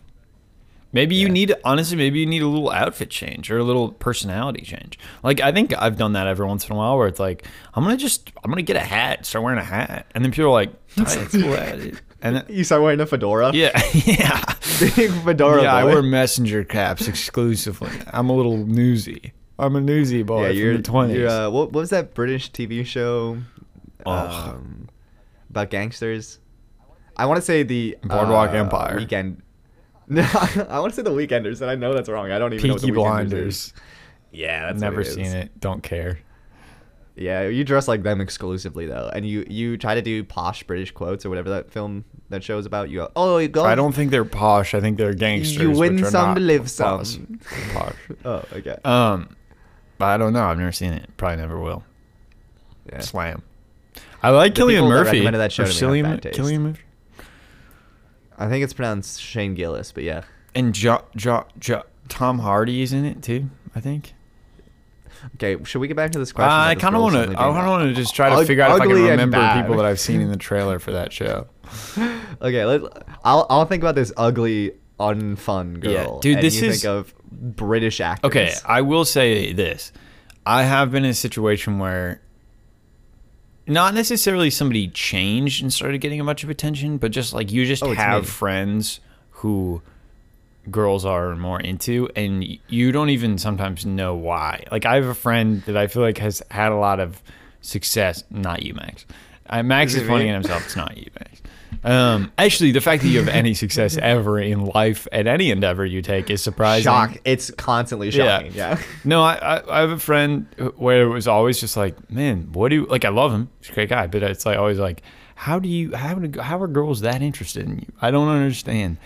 [SPEAKER 2] Maybe you
[SPEAKER 1] Yeah.
[SPEAKER 2] need honestly, maybe you need a little outfit change or a little personality change. Like I think I've done that every once in a while where it's like, I'm gonna just I'm gonna get a hat, start wearing a hat. And then people are like, "Tight, cool hat, dude." and then,
[SPEAKER 1] You start wearing a fedora.
[SPEAKER 2] yeah, yeah.
[SPEAKER 1] Big fedora.
[SPEAKER 2] yeah, I
[SPEAKER 1] boy.
[SPEAKER 2] wear messenger caps exclusively. I'm a little newsy. I'm a newsy boy
[SPEAKER 1] Yeah, you're,
[SPEAKER 2] from the 20s.
[SPEAKER 1] you're, uh, what, what was that British TV show
[SPEAKER 2] Oh.
[SPEAKER 1] um, about gangsters? I want to say the
[SPEAKER 2] Boardwalk
[SPEAKER 1] uh,
[SPEAKER 2] Empire.
[SPEAKER 1] Weekend. No, I want to say the Weekenders, and I know that's wrong. I don't even know what
[SPEAKER 2] Peaky
[SPEAKER 1] the Weekenders
[SPEAKER 2] Blinders.
[SPEAKER 1] is. Yeah, that's what
[SPEAKER 2] Never
[SPEAKER 1] is.
[SPEAKER 2] seen it. Don't care.
[SPEAKER 1] Yeah, you dress like them exclusively though, and you you try to do posh British quotes or whatever that film that show is about. You go, oh, you go.
[SPEAKER 2] I don't think they're posh. I think they're gangsters.
[SPEAKER 1] You win
[SPEAKER 2] which are
[SPEAKER 1] some,
[SPEAKER 2] not
[SPEAKER 1] live
[SPEAKER 2] posh.
[SPEAKER 1] some.
[SPEAKER 2] Posh.
[SPEAKER 1] Oh, okay.
[SPEAKER 2] Um, but I don't know. I've never seen it. Probably never will.
[SPEAKER 1] Yeah.
[SPEAKER 2] Slam. I like
[SPEAKER 1] The
[SPEAKER 2] Killian
[SPEAKER 1] people that
[SPEAKER 2] Murphy.
[SPEAKER 1] recommended that show
[SPEAKER 2] Or
[SPEAKER 1] to me have
[SPEAKER 2] Cillian-
[SPEAKER 1] bad taste.
[SPEAKER 2] Cillian Murphy.
[SPEAKER 1] I think it's pronounced Shane Gillis, but yeah.
[SPEAKER 2] And jo- jo- jo- Tom Hardy is in it too. I think.
[SPEAKER 1] Okay, should we get back to this question?
[SPEAKER 2] Uh, I kind of want to. I kind of want to just try to
[SPEAKER 1] Ug-
[SPEAKER 2] figure out if I can
[SPEAKER 1] ugly and
[SPEAKER 2] remember
[SPEAKER 1] bad.
[SPEAKER 2] people that I've seen in the trailer for that show.
[SPEAKER 1] to. Okay, let, I'll I'll think about this ugly, unfun girl.
[SPEAKER 2] Yeah, dude,
[SPEAKER 1] and
[SPEAKER 2] this
[SPEAKER 1] you
[SPEAKER 2] is-
[SPEAKER 1] think of British actors.
[SPEAKER 2] Okay, I will say this: I have been in a situation where not necessarily somebody changed and started getting a bunch of attention, but just like you just
[SPEAKER 1] Oh, it's
[SPEAKER 2] have
[SPEAKER 1] me.
[SPEAKER 2] friends who girls are more into and y- you don't even sometimes know why. Like I have a friend that I feel like has had a lot of success, not you Max. I, Max
[SPEAKER 1] Is
[SPEAKER 2] is
[SPEAKER 1] it
[SPEAKER 2] pointing
[SPEAKER 1] me?
[SPEAKER 2] at himself, it's not you Max. Um, actually the fact that you have any success ever in life at any endeavor you take is surprising.
[SPEAKER 1] shock. It's constantly shocking. Yeah.
[SPEAKER 2] No, I, I I have a friend where it was always just like, man, what do you like? I love him. He's a great guy, but it's like always like, how do you how do, how are girls that interested in you? I don't understand.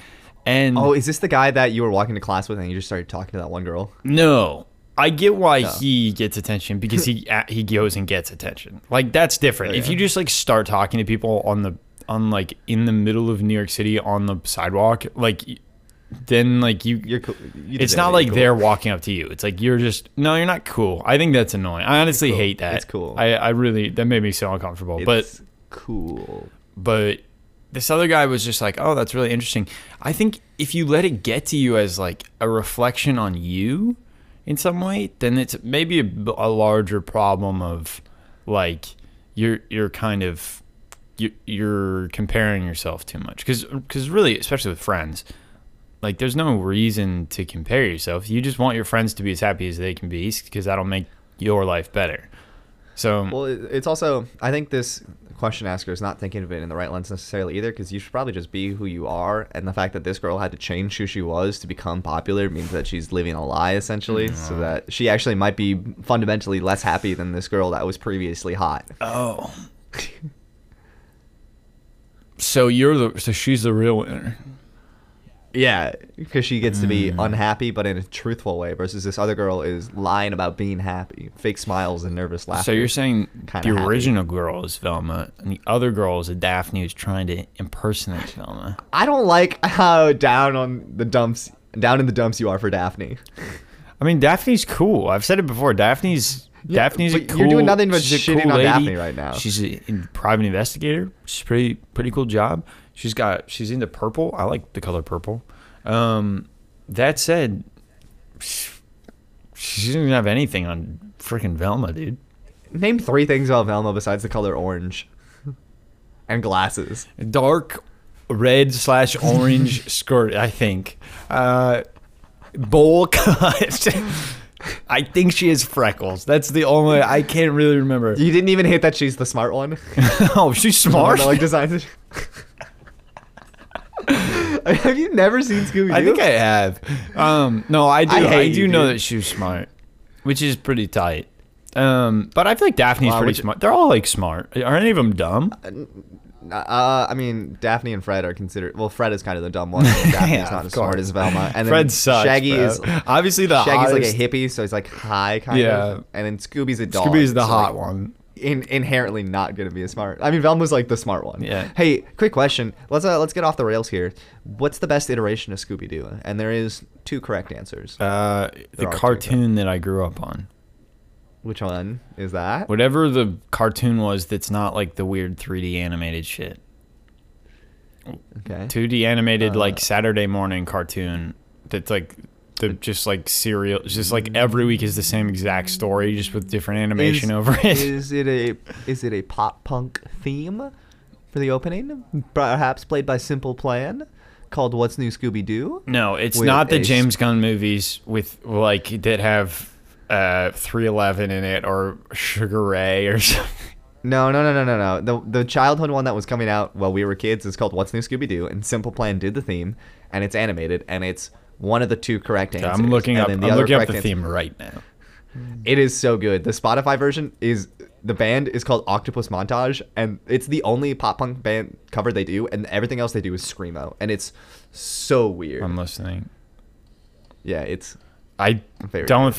[SPEAKER 2] And
[SPEAKER 1] Oh, is this the guy that you were walking to class with and you just started talking to that one girl?
[SPEAKER 2] no, I get why he gets attention because he uh, he goes and gets attention. Like that's different. If
[SPEAKER 1] Oh, yeah.
[SPEAKER 2] you just like start talking to people on the on like in the middle of New York City on the sidewalk, like y- then like you
[SPEAKER 1] You're cool. You
[SPEAKER 2] it's
[SPEAKER 1] deserve
[SPEAKER 2] not
[SPEAKER 1] it,
[SPEAKER 2] like
[SPEAKER 1] you're cool.
[SPEAKER 2] they're walking up to you. It's like you're just no, you're not cool. I think that's annoying. I honestly
[SPEAKER 1] cool.
[SPEAKER 2] hate that.
[SPEAKER 1] It's cool.
[SPEAKER 2] I, I really that made me so uncomfortable. But
[SPEAKER 1] It's cool.
[SPEAKER 2] but this other guy was just like, oh, that's really interesting. I think if you let it get to you as like a reflection on you in some way, then it's maybe a, b- a larger problem of like you're you're kind of you- you're comparing yourself too much because really especially with friends like there's no reason to compare yourself you just want your friends to be as happy as they can be because that'll make your life better so
[SPEAKER 1] Well, it- it's also I think this question asker is not thinking of it in the right lens necessarily either, because you should probably just be who you are. And the fact that this girl had to change who she was to become popular means that she's living a lie essentially.
[SPEAKER 2] Mm.
[SPEAKER 1] So that she actually might be fundamentally less happy than this girl that was previously hot.
[SPEAKER 2] Oh. so you're the so she's the real winner.
[SPEAKER 1] Yeah, because she gets to be
[SPEAKER 2] Mm.
[SPEAKER 1] unhappy, but in a truthful way, versus this other girl is lying about being happy, fake smiles and nervous laughter.
[SPEAKER 2] So you're saying
[SPEAKER 1] Kinda
[SPEAKER 2] the
[SPEAKER 1] happy.
[SPEAKER 2] original girl is Velma, and the other girl is a Daphne who's trying to impersonate Velma.
[SPEAKER 1] I don't like how down on the dumps, down in the dumps you are for Daphne.
[SPEAKER 2] I mean, Daphne's cool. I've said it before. Daphne's
[SPEAKER 1] Yeah,
[SPEAKER 2] Daphne's a
[SPEAKER 1] but
[SPEAKER 2] cool.
[SPEAKER 1] you're doing nothing but
[SPEAKER 2] she's a
[SPEAKER 1] shitting
[SPEAKER 2] cool
[SPEAKER 1] on
[SPEAKER 2] lady.
[SPEAKER 1] Daphne right now.
[SPEAKER 2] She's a in- private investigator. She's pretty pretty cool job. She's got she's into purple. I like the color purple. Um, that said, she doesn't even have anything on freaking Velma, dude.
[SPEAKER 1] Name three things about Velma besides the color orange and glasses.
[SPEAKER 2] dark red slash orange skirt, I think. Uh, bowl cut. I think she has freckles. That's the only I can't really remember.
[SPEAKER 1] You didn't even hit that she's the smart one.
[SPEAKER 2] oh, she's smart.
[SPEAKER 1] Like designs. Have you never seen Scooby Doo?
[SPEAKER 2] I think I have. Um, no, I do.
[SPEAKER 1] I
[SPEAKER 2] I,
[SPEAKER 1] hate you,
[SPEAKER 2] do know
[SPEAKER 1] dude.
[SPEAKER 2] that she was smart, which is pretty tight. Um, but I feel like Daphne's
[SPEAKER 1] Wow,
[SPEAKER 2] pretty
[SPEAKER 1] which-
[SPEAKER 2] smart. They're all like smart. Are any of them dumb?
[SPEAKER 1] Uh, I mean, Daphne and Fred are considered. Well, Fred is kind of the dumb one. Daphne's
[SPEAKER 2] Yeah,
[SPEAKER 1] not
[SPEAKER 2] of
[SPEAKER 1] as smart
[SPEAKER 2] course.
[SPEAKER 1] as Velma. And then
[SPEAKER 2] Fred sucks.
[SPEAKER 1] Shaggy
[SPEAKER 2] bro.
[SPEAKER 1] is
[SPEAKER 2] obviously the
[SPEAKER 1] Shaggy's like
[SPEAKER 2] hottest.
[SPEAKER 1] a hippie, so he's like high kind
[SPEAKER 2] Yeah.
[SPEAKER 1] of. And then Scooby's a dog.
[SPEAKER 2] Scooby's the
[SPEAKER 1] so,
[SPEAKER 2] hot
[SPEAKER 1] like,
[SPEAKER 2] one.
[SPEAKER 1] in, inherently not going to be as smart. I mean, Velma's like the smart one.
[SPEAKER 2] Yeah.
[SPEAKER 1] Hey, quick question. Let's uh, let's get off the rails here. What's the best iteration of Scooby Doo? And there is two correct answers.
[SPEAKER 2] Uh, the
[SPEAKER 1] There are two,
[SPEAKER 2] cartoon that I grew up on.
[SPEAKER 1] Which one is that?
[SPEAKER 2] Whatever the cartoon was that's not like the weird 3D animated shit.
[SPEAKER 1] Okay.
[SPEAKER 2] 2D animated
[SPEAKER 1] Uh,
[SPEAKER 2] like Saturday morning cartoon that's like the just like serial just like every week is the same exact story just with different animation
[SPEAKER 1] Mm. Is-
[SPEAKER 2] over it.
[SPEAKER 1] Is it a is it a pop punk theme for the opening? Perhaps played by Simple Plan, called "What's New Scooby Doo."
[SPEAKER 2] no, it's
[SPEAKER 1] with
[SPEAKER 2] not the
[SPEAKER 1] a s-
[SPEAKER 2] James Gunn movies with like that have uh 311 in it or Sugar Ray or something.
[SPEAKER 1] No, no, no, no, no, no. The the childhood one that was coming out while we were kids is called "What's New Scooby Doo," and Simple Plan did the theme, and it's animated, and it's one of the two correct answers.
[SPEAKER 2] I'm looking
[SPEAKER 1] and
[SPEAKER 2] up
[SPEAKER 1] then
[SPEAKER 2] I'm
[SPEAKER 1] other
[SPEAKER 2] looking up
[SPEAKER 1] correct
[SPEAKER 2] the
[SPEAKER 1] answer-
[SPEAKER 2] theme right now.
[SPEAKER 1] It is so good. The Spotify version is the band is called Octopus Montage, and it's the only pop punk band cover they do, and everything else they do is screamo, and it's so weird.
[SPEAKER 2] I'm listening.
[SPEAKER 1] yeah, it's
[SPEAKER 2] I
[SPEAKER 1] Very
[SPEAKER 2] don't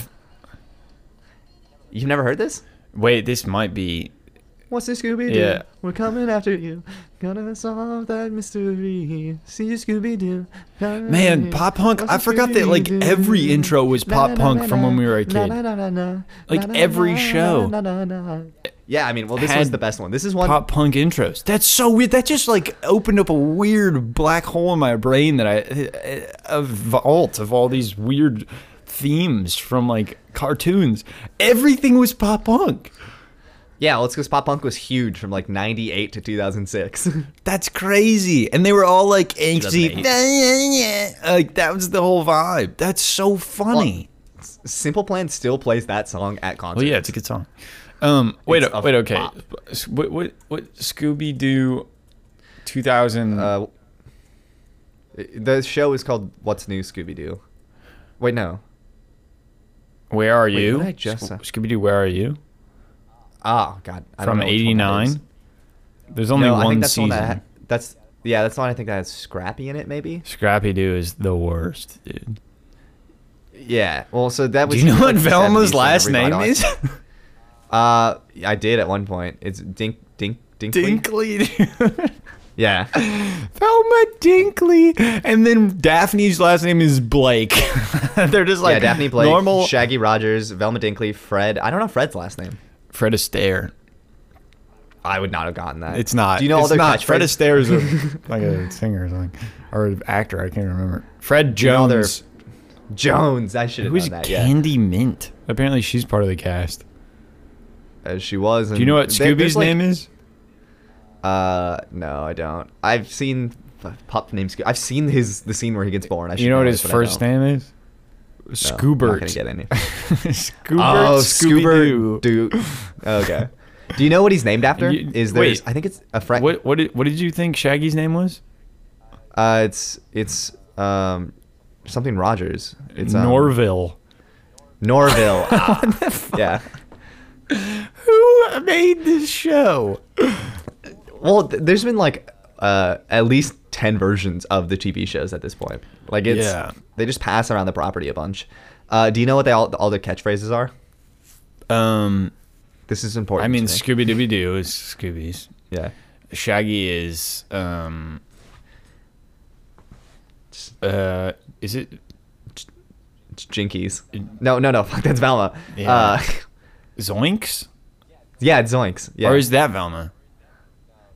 [SPEAKER 1] you've never heard this.
[SPEAKER 2] wait, this might be
[SPEAKER 1] What's this Scooby Doo?
[SPEAKER 2] Yeah.
[SPEAKER 1] We're coming after you. Gonna solve that mystery. See you, Scooby Doo.
[SPEAKER 2] Man, pop punk, I forgot that, like, every intro was pop punk from when we were a kid. Like, every show.
[SPEAKER 1] Yeah, I mean, well, this
[SPEAKER 2] Had
[SPEAKER 1] was the best one. This is one.
[SPEAKER 2] pop punk intros. That's so weird. That just like opened up a weird black hole in my brain that I a vault of all these weird themes from like cartoons. Everything was pop punk.
[SPEAKER 1] Yeah, well, it's because pop punk was huge from like '98 to 2006.
[SPEAKER 2] That's crazy. And they were all like angsty.
[SPEAKER 1] 2008.
[SPEAKER 2] Like that was the whole vibe. That's so funny.
[SPEAKER 1] Simple Plan still plays that song at concerts.
[SPEAKER 2] Well, yeah, it's a good song. Um, wait,
[SPEAKER 1] It's a
[SPEAKER 2] wait, okay.
[SPEAKER 1] bop.
[SPEAKER 2] S- What, what, what? Scooby Doo, two thousand.
[SPEAKER 1] Uh, the show is called "What's New, Scooby Doo." Wait, no.
[SPEAKER 2] where are you?
[SPEAKER 1] what did I just say?
[SPEAKER 2] Scooby Doo, where are you?
[SPEAKER 1] Oh God, I don't
[SPEAKER 2] from
[SPEAKER 1] know which one that is.
[SPEAKER 2] '89. There's only
[SPEAKER 1] no,
[SPEAKER 2] one
[SPEAKER 1] I think that's the
[SPEAKER 2] season.
[SPEAKER 1] one that ha- that's yeah, that's the one I think that has Scrappy in it, maybe.
[SPEAKER 2] Scrappy Doo is the worst, dude.
[SPEAKER 1] Yeah. Well, so that
[SPEAKER 2] Do
[SPEAKER 1] was.
[SPEAKER 2] you know
[SPEAKER 1] like
[SPEAKER 2] what
[SPEAKER 1] the 70s
[SPEAKER 2] Velma's
[SPEAKER 1] when
[SPEAKER 2] last
[SPEAKER 1] everybody
[SPEAKER 2] name
[SPEAKER 1] liked-
[SPEAKER 2] is?
[SPEAKER 1] Uh, I did at one point. It's Dink Dink Dinkley.
[SPEAKER 2] Dinkley. dude.
[SPEAKER 1] Yeah.
[SPEAKER 2] Velma Dinkley, and then Daphne's last name is Blake. They're just like
[SPEAKER 1] yeah, Daphne Blake,
[SPEAKER 2] normal
[SPEAKER 1] Shaggy Rogers, Velma Dinkley, Fred. I don't know Fred's last name.
[SPEAKER 2] Fred Astaire.
[SPEAKER 1] I would not have gotten that.
[SPEAKER 2] It's not.
[SPEAKER 1] Do you know
[SPEAKER 2] it's
[SPEAKER 1] all their
[SPEAKER 2] not. Fred
[SPEAKER 1] catchphrases?
[SPEAKER 2] Astaire is a, like a singer or something, or an actor. I can't remember. Fred
[SPEAKER 1] you know
[SPEAKER 2] Jones.
[SPEAKER 1] their- Jones. I should have
[SPEAKER 2] Who's
[SPEAKER 1] known that. Yeah.
[SPEAKER 2] Candy Mint? Apparently, she's part of the cast.
[SPEAKER 1] As she was.
[SPEAKER 2] Do you know what Scooby's name is?
[SPEAKER 1] Uh, no, I don't. I've seen a pup named Scooby. I've seen his the scene where he gets born. I should
[SPEAKER 2] You know what
[SPEAKER 1] know
[SPEAKER 2] his
[SPEAKER 1] this, but I
[SPEAKER 2] first
[SPEAKER 1] don't.
[SPEAKER 2] name is?
[SPEAKER 1] No, I'm not gonna
[SPEAKER 2] Scoobert.
[SPEAKER 1] get any.
[SPEAKER 2] Scoobert.
[SPEAKER 1] Oh,
[SPEAKER 2] Scooby-Doo.
[SPEAKER 1] Scoobert. Dude. Okay. Do you know what he's named after?
[SPEAKER 2] You-
[SPEAKER 1] is there's
[SPEAKER 2] wait.
[SPEAKER 1] I think it's a friend.
[SPEAKER 2] What what did, what did you think Shaggy's name was?
[SPEAKER 1] Uh, it's it's um something Rogers. It's um,
[SPEAKER 2] Norville.
[SPEAKER 1] Norville. Ah, yeah.
[SPEAKER 2] Who made this show?
[SPEAKER 1] Well, th- there's been like uh at least ten versions of the TV shows at this point. Like it's
[SPEAKER 2] Yeah.
[SPEAKER 1] they just pass around the property a bunch. Uh, do you know what they all all the catchphrases are?
[SPEAKER 2] Um,
[SPEAKER 1] This is important.
[SPEAKER 2] I mean
[SPEAKER 1] to me.
[SPEAKER 2] Scooby Dooby Doo is Scooby's.
[SPEAKER 1] yeah.
[SPEAKER 2] Shaggy is um uh is it
[SPEAKER 1] It's Jinkies. No, no, no. Fuck, that's Velma.
[SPEAKER 2] Yeah.
[SPEAKER 1] Uh,
[SPEAKER 2] Zoinks?
[SPEAKER 1] yeah, it's Zoinks. Yeah.
[SPEAKER 2] Or is that Velma?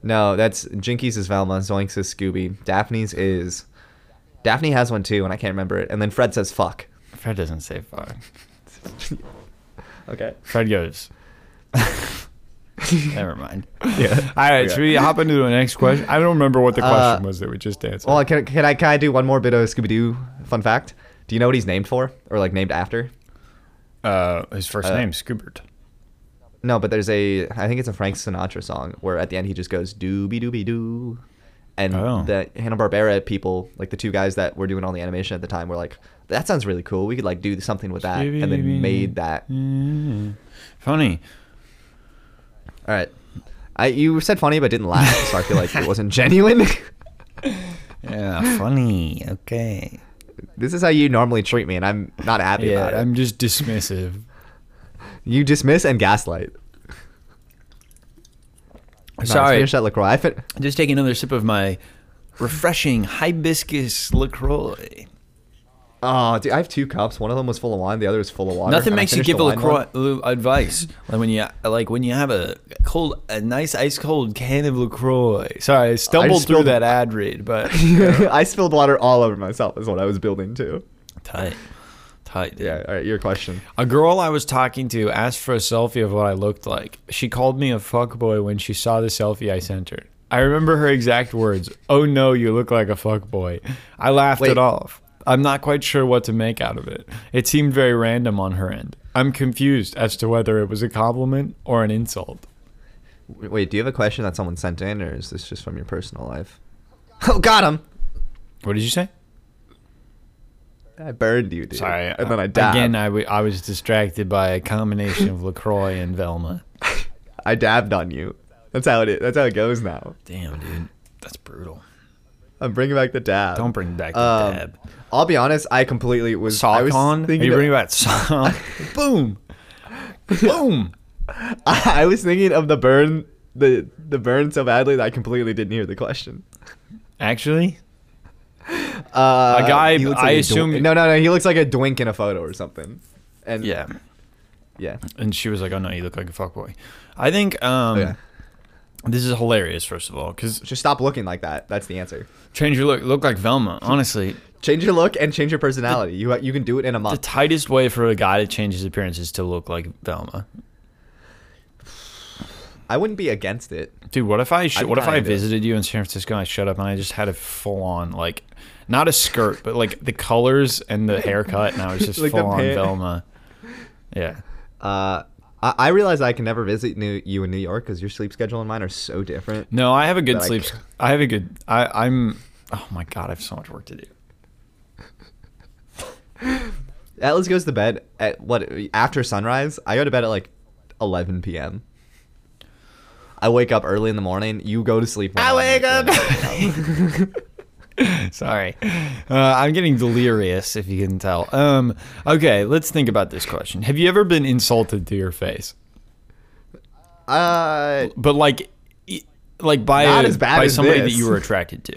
[SPEAKER 1] no, that's Jinkies is Velma. Zoinks is Scooby. Daphne's is. Daphne has one too, and I can't remember it. And then Fred says fuck.
[SPEAKER 2] Fred doesn't say fuck.
[SPEAKER 1] Okay.
[SPEAKER 2] Fred goes. Never mind.
[SPEAKER 1] Yeah.
[SPEAKER 2] All right,
[SPEAKER 1] Okay.
[SPEAKER 2] should we hop into the next question? I don't remember what the
[SPEAKER 1] Uh,
[SPEAKER 2] question was that we just answered.
[SPEAKER 1] Well, can, can I can I do one more bit of Scooby Doo fun fact? Do you know what he's named for, or like named after?
[SPEAKER 2] uh, his first
[SPEAKER 1] uh,
[SPEAKER 2] name Scoobert.
[SPEAKER 1] No, but there's a I think it's a Frank Sinatra song where at the end he just goes dooby dooby doo, and
[SPEAKER 2] Oh.
[SPEAKER 1] the Hanna Barbera people, like the two guys that were doing all the animation at the time, were like, "That sounds really cool. We could like do something with that," and then made that. All
[SPEAKER 2] Funny.
[SPEAKER 1] right, I you said funny but didn't laugh, so I feel like it wasn't genuine.
[SPEAKER 2] Yeah, funny. Okay.
[SPEAKER 1] this is how you normally treat me, and I'm not happy
[SPEAKER 2] Yeah,
[SPEAKER 1] about it.
[SPEAKER 2] I'm just dismissive.
[SPEAKER 1] You dismiss and gaslight. Nice.
[SPEAKER 2] Sorry.
[SPEAKER 1] finish that Lacroix. I fin-
[SPEAKER 2] Just take another sip of my refreshing hibiscus LaCroix.
[SPEAKER 1] Oh, dude, I have two cups. One of them was full of wine. The other is full of water.
[SPEAKER 2] Nothing
[SPEAKER 1] and I
[SPEAKER 2] makes you
[SPEAKER 1] finished
[SPEAKER 2] give
[SPEAKER 1] the
[SPEAKER 2] a
[SPEAKER 1] wine
[SPEAKER 2] LaCroix
[SPEAKER 1] one.
[SPEAKER 2] l- advice like when you like when you have a cold, a nice ice cold can of Lacroix. Sorry, I stumbled through
[SPEAKER 1] spilled-
[SPEAKER 2] that ad read, but
[SPEAKER 1] I spilled water all over myself. Is what I was building to.
[SPEAKER 2] tight, tight. dude.
[SPEAKER 1] Yeah. All right. Your question.
[SPEAKER 2] A girl I was talking to asked for a selfie of what I looked like. She called me a fuckboy when she saw the selfie I sent her. I remember her exact words. Oh no, you look like a fuckboy. I laughed
[SPEAKER 1] Wait.
[SPEAKER 2] it off. I'm not quite sure what to make out of it. It seemed very random on her end. I'm confused as to whether it was a compliment or an insult.
[SPEAKER 1] W- Wait. Do you have a question that someone sent in, or is this just from your personal life? Oh, got him.
[SPEAKER 2] What did you say?
[SPEAKER 1] I burned you, dude.
[SPEAKER 2] Sorry.
[SPEAKER 1] And then I dabbed.
[SPEAKER 2] Uh, Again, I, w- I was distracted by a combination of LaCroix and Velma. uh,
[SPEAKER 1] I dabbed on you. That's how it is. That's how it goes now.
[SPEAKER 2] Damn, dude. That's brutal.
[SPEAKER 1] I'm bringing back the dab.
[SPEAKER 2] Don't bring back the
[SPEAKER 1] Um,
[SPEAKER 2] dab.
[SPEAKER 1] I'll be honest. I completely was. I
[SPEAKER 2] sock
[SPEAKER 1] was
[SPEAKER 2] on. Are
[SPEAKER 1] thinking
[SPEAKER 2] you
[SPEAKER 1] of-
[SPEAKER 2] bringing back sock on? Boom. Boom.
[SPEAKER 1] I was thinking of the burn, the the burn so badly that I completely didn't hear the question.
[SPEAKER 2] Actually,
[SPEAKER 1] Uh,
[SPEAKER 2] A guy-
[SPEAKER 1] he looks
[SPEAKER 2] I
[SPEAKER 1] a
[SPEAKER 2] assume-
[SPEAKER 1] Dw- no, no, no. He looks like a dwink in a photo or something. And
[SPEAKER 2] yeah.
[SPEAKER 1] yeah.
[SPEAKER 2] And she was like, "Oh no, you look like a fuckboy." I think um,
[SPEAKER 1] Okay.
[SPEAKER 2] this is hilarious. First of all, because
[SPEAKER 1] Just stop looking like that. That's the answer.
[SPEAKER 2] change your look. Look like Velma. Honestly,
[SPEAKER 1] Change your look and change your personality. You you can do it in a
[SPEAKER 2] the
[SPEAKER 1] month.
[SPEAKER 2] tightest way for a guy to change his appearance is to look like Velma.
[SPEAKER 1] I I wouldn't be against it.
[SPEAKER 2] Dude, what if I sh-
[SPEAKER 1] I'm
[SPEAKER 2] what if I
[SPEAKER 1] kinda-
[SPEAKER 2] visited you in San Francisco and I showed up and I just had a full on like, not a skirt, but like the colors and the haircut, and I was just
[SPEAKER 1] Like the
[SPEAKER 2] full on
[SPEAKER 1] pa-
[SPEAKER 2] Velma. Yeah.
[SPEAKER 1] Uh, I, I realize I can never visit new, you in New York because your sleep schedule and mine are so different.
[SPEAKER 2] No, I have a good
[SPEAKER 1] But I
[SPEAKER 2] sleep.
[SPEAKER 1] can't.
[SPEAKER 2] I have a good. I, I'm. Oh my god, I have so much work to do.
[SPEAKER 1] Atlas goes to bed at what after sunrise. I go to bed at like 11 p.m. I wake up early in the morning. You go to sleep. when
[SPEAKER 2] I wake up. Sorry, uh, I'm getting delirious. If you can tell. Um. Okay, let's think about this question. Have you ever been insulted to your face?
[SPEAKER 1] Uh,
[SPEAKER 2] But like, e- like by
[SPEAKER 1] Not
[SPEAKER 2] a-
[SPEAKER 1] as bad
[SPEAKER 2] by
[SPEAKER 1] as
[SPEAKER 2] somebody
[SPEAKER 1] this.
[SPEAKER 2] that you were attracted to.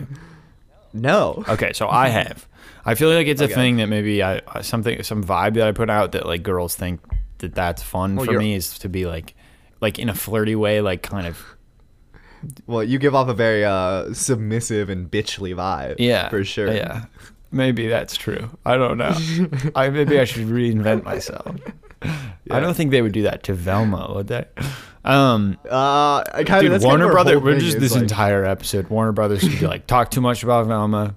[SPEAKER 1] no.
[SPEAKER 2] Okay, so I have. I feel like it's a
[SPEAKER 1] Okay.
[SPEAKER 2] thing that maybe I I- something some vibe that I put out that like girls think that that's fun
[SPEAKER 1] Well,
[SPEAKER 2] for
[SPEAKER 1] you're-
[SPEAKER 2] me is to be like, like in a flirty way, like kind of
[SPEAKER 1] Well, you give off a very uh, submissive and bitchly vibe.
[SPEAKER 2] Yeah.
[SPEAKER 1] for sure.
[SPEAKER 2] Yeah. Maybe that's true. I don't know. I maybe I should reinvent myself. I
[SPEAKER 1] Yeah.
[SPEAKER 2] don't think they would do that to Velma, would they? Um
[SPEAKER 1] Uh, I kind
[SPEAKER 2] Dude,
[SPEAKER 1] of
[SPEAKER 2] Warner
[SPEAKER 1] Brother.
[SPEAKER 2] Brothers. We're just this entire episode. Warner Brothers would be like, talk too much about Velma.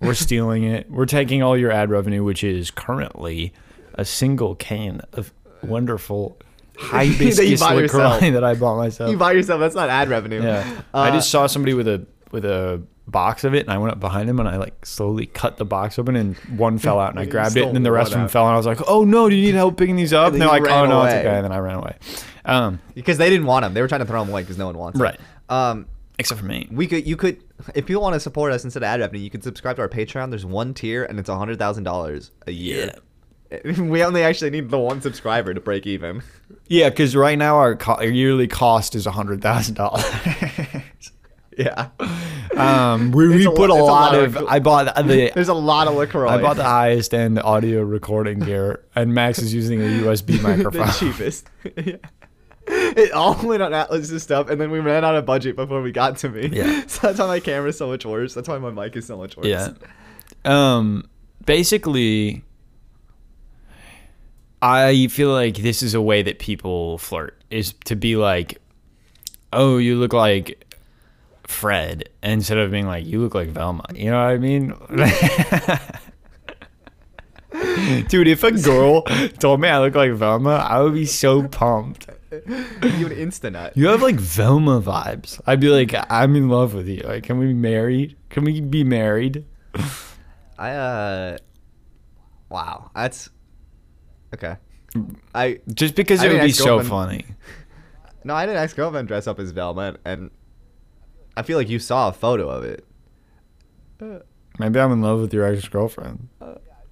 [SPEAKER 2] We're stealing it. We're taking all your ad revenue, which is currently a single can of wonderful
[SPEAKER 1] That you
[SPEAKER 2] hibiscus
[SPEAKER 1] bought yourself.
[SPEAKER 2] liqueur that I bought myself.
[SPEAKER 1] You bought yourself. That's not ad revenue.
[SPEAKER 2] yeah,
[SPEAKER 1] Uh,
[SPEAKER 2] I just saw somebody with a with a box of it, and I went up behind him and I like slowly cut the box open, and one fell out, and I
[SPEAKER 1] You
[SPEAKER 2] grabbed it, and then the
[SPEAKER 1] stole
[SPEAKER 2] rest
[SPEAKER 1] one
[SPEAKER 2] of them
[SPEAKER 1] out.
[SPEAKER 2] fell, and I was like, "Oh no, do you need help picking these up?"
[SPEAKER 1] And then
[SPEAKER 2] No,
[SPEAKER 1] you
[SPEAKER 2] like,
[SPEAKER 1] ran
[SPEAKER 2] "Oh no, it's
[SPEAKER 1] away.
[SPEAKER 2] okay," and then I ran away. Um,
[SPEAKER 1] because they didn't want them. They were trying to throw them away because no one wants them.
[SPEAKER 2] Right.
[SPEAKER 1] Um,
[SPEAKER 2] except for me.
[SPEAKER 1] we could, you could, if you want to support us instead of ad revenue, you could subscribe to our Patreon. There's one tier and it's a hundred thousand dollars a year. We only actually need the one subscriber to break even.
[SPEAKER 2] Yeah, because right now our, co- our yearly cost is hundred thousand dollars.
[SPEAKER 1] Yeah.
[SPEAKER 2] Um, we, we
[SPEAKER 1] It's a
[SPEAKER 2] put a
[SPEAKER 1] lo- it's a
[SPEAKER 2] lot,
[SPEAKER 1] lot
[SPEAKER 2] of.
[SPEAKER 1] of-
[SPEAKER 2] I bought the.
[SPEAKER 1] There's a lot of LaCroix.
[SPEAKER 2] I bought the highest end audio recording gear, and Max is using a USB microphone.
[SPEAKER 1] the cheapest. yeah. It all went on Atlas and stuff, and then we ran out of budget before we got to me.
[SPEAKER 2] Yeah.
[SPEAKER 1] So that's why my camera's so much worse. That's why my mic is so much worse.
[SPEAKER 2] Yeah. Um. Basically, I feel like this is a way that people flirt is to be like, "Oh, you look like." Fred, instead of being like, you look like Velma. You know what I mean? Dude, if a girl told me I look like Velma, I would be so pumped.
[SPEAKER 1] you an insta nut.
[SPEAKER 2] You have like Velma vibes. I'd be like, I'm in love with you. Like, can we be married? Can we be married?
[SPEAKER 1] I uh Wow. That's okay. I
[SPEAKER 2] Just because
[SPEAKER 1] I
[SPEAKER 2] it
[SPEAKER 1] mean,
[SPEAKER 2] would be so
[SPEAKER 1] ex-girlfriend-
[SPEAKER 2] funny.
[SPEAKER 1] no, I had an ex girlfriend dress up as Velma and I feel like you saw a photo of it.
[SPEAKER 2] Maybe I'm in love with your ex girlfriend.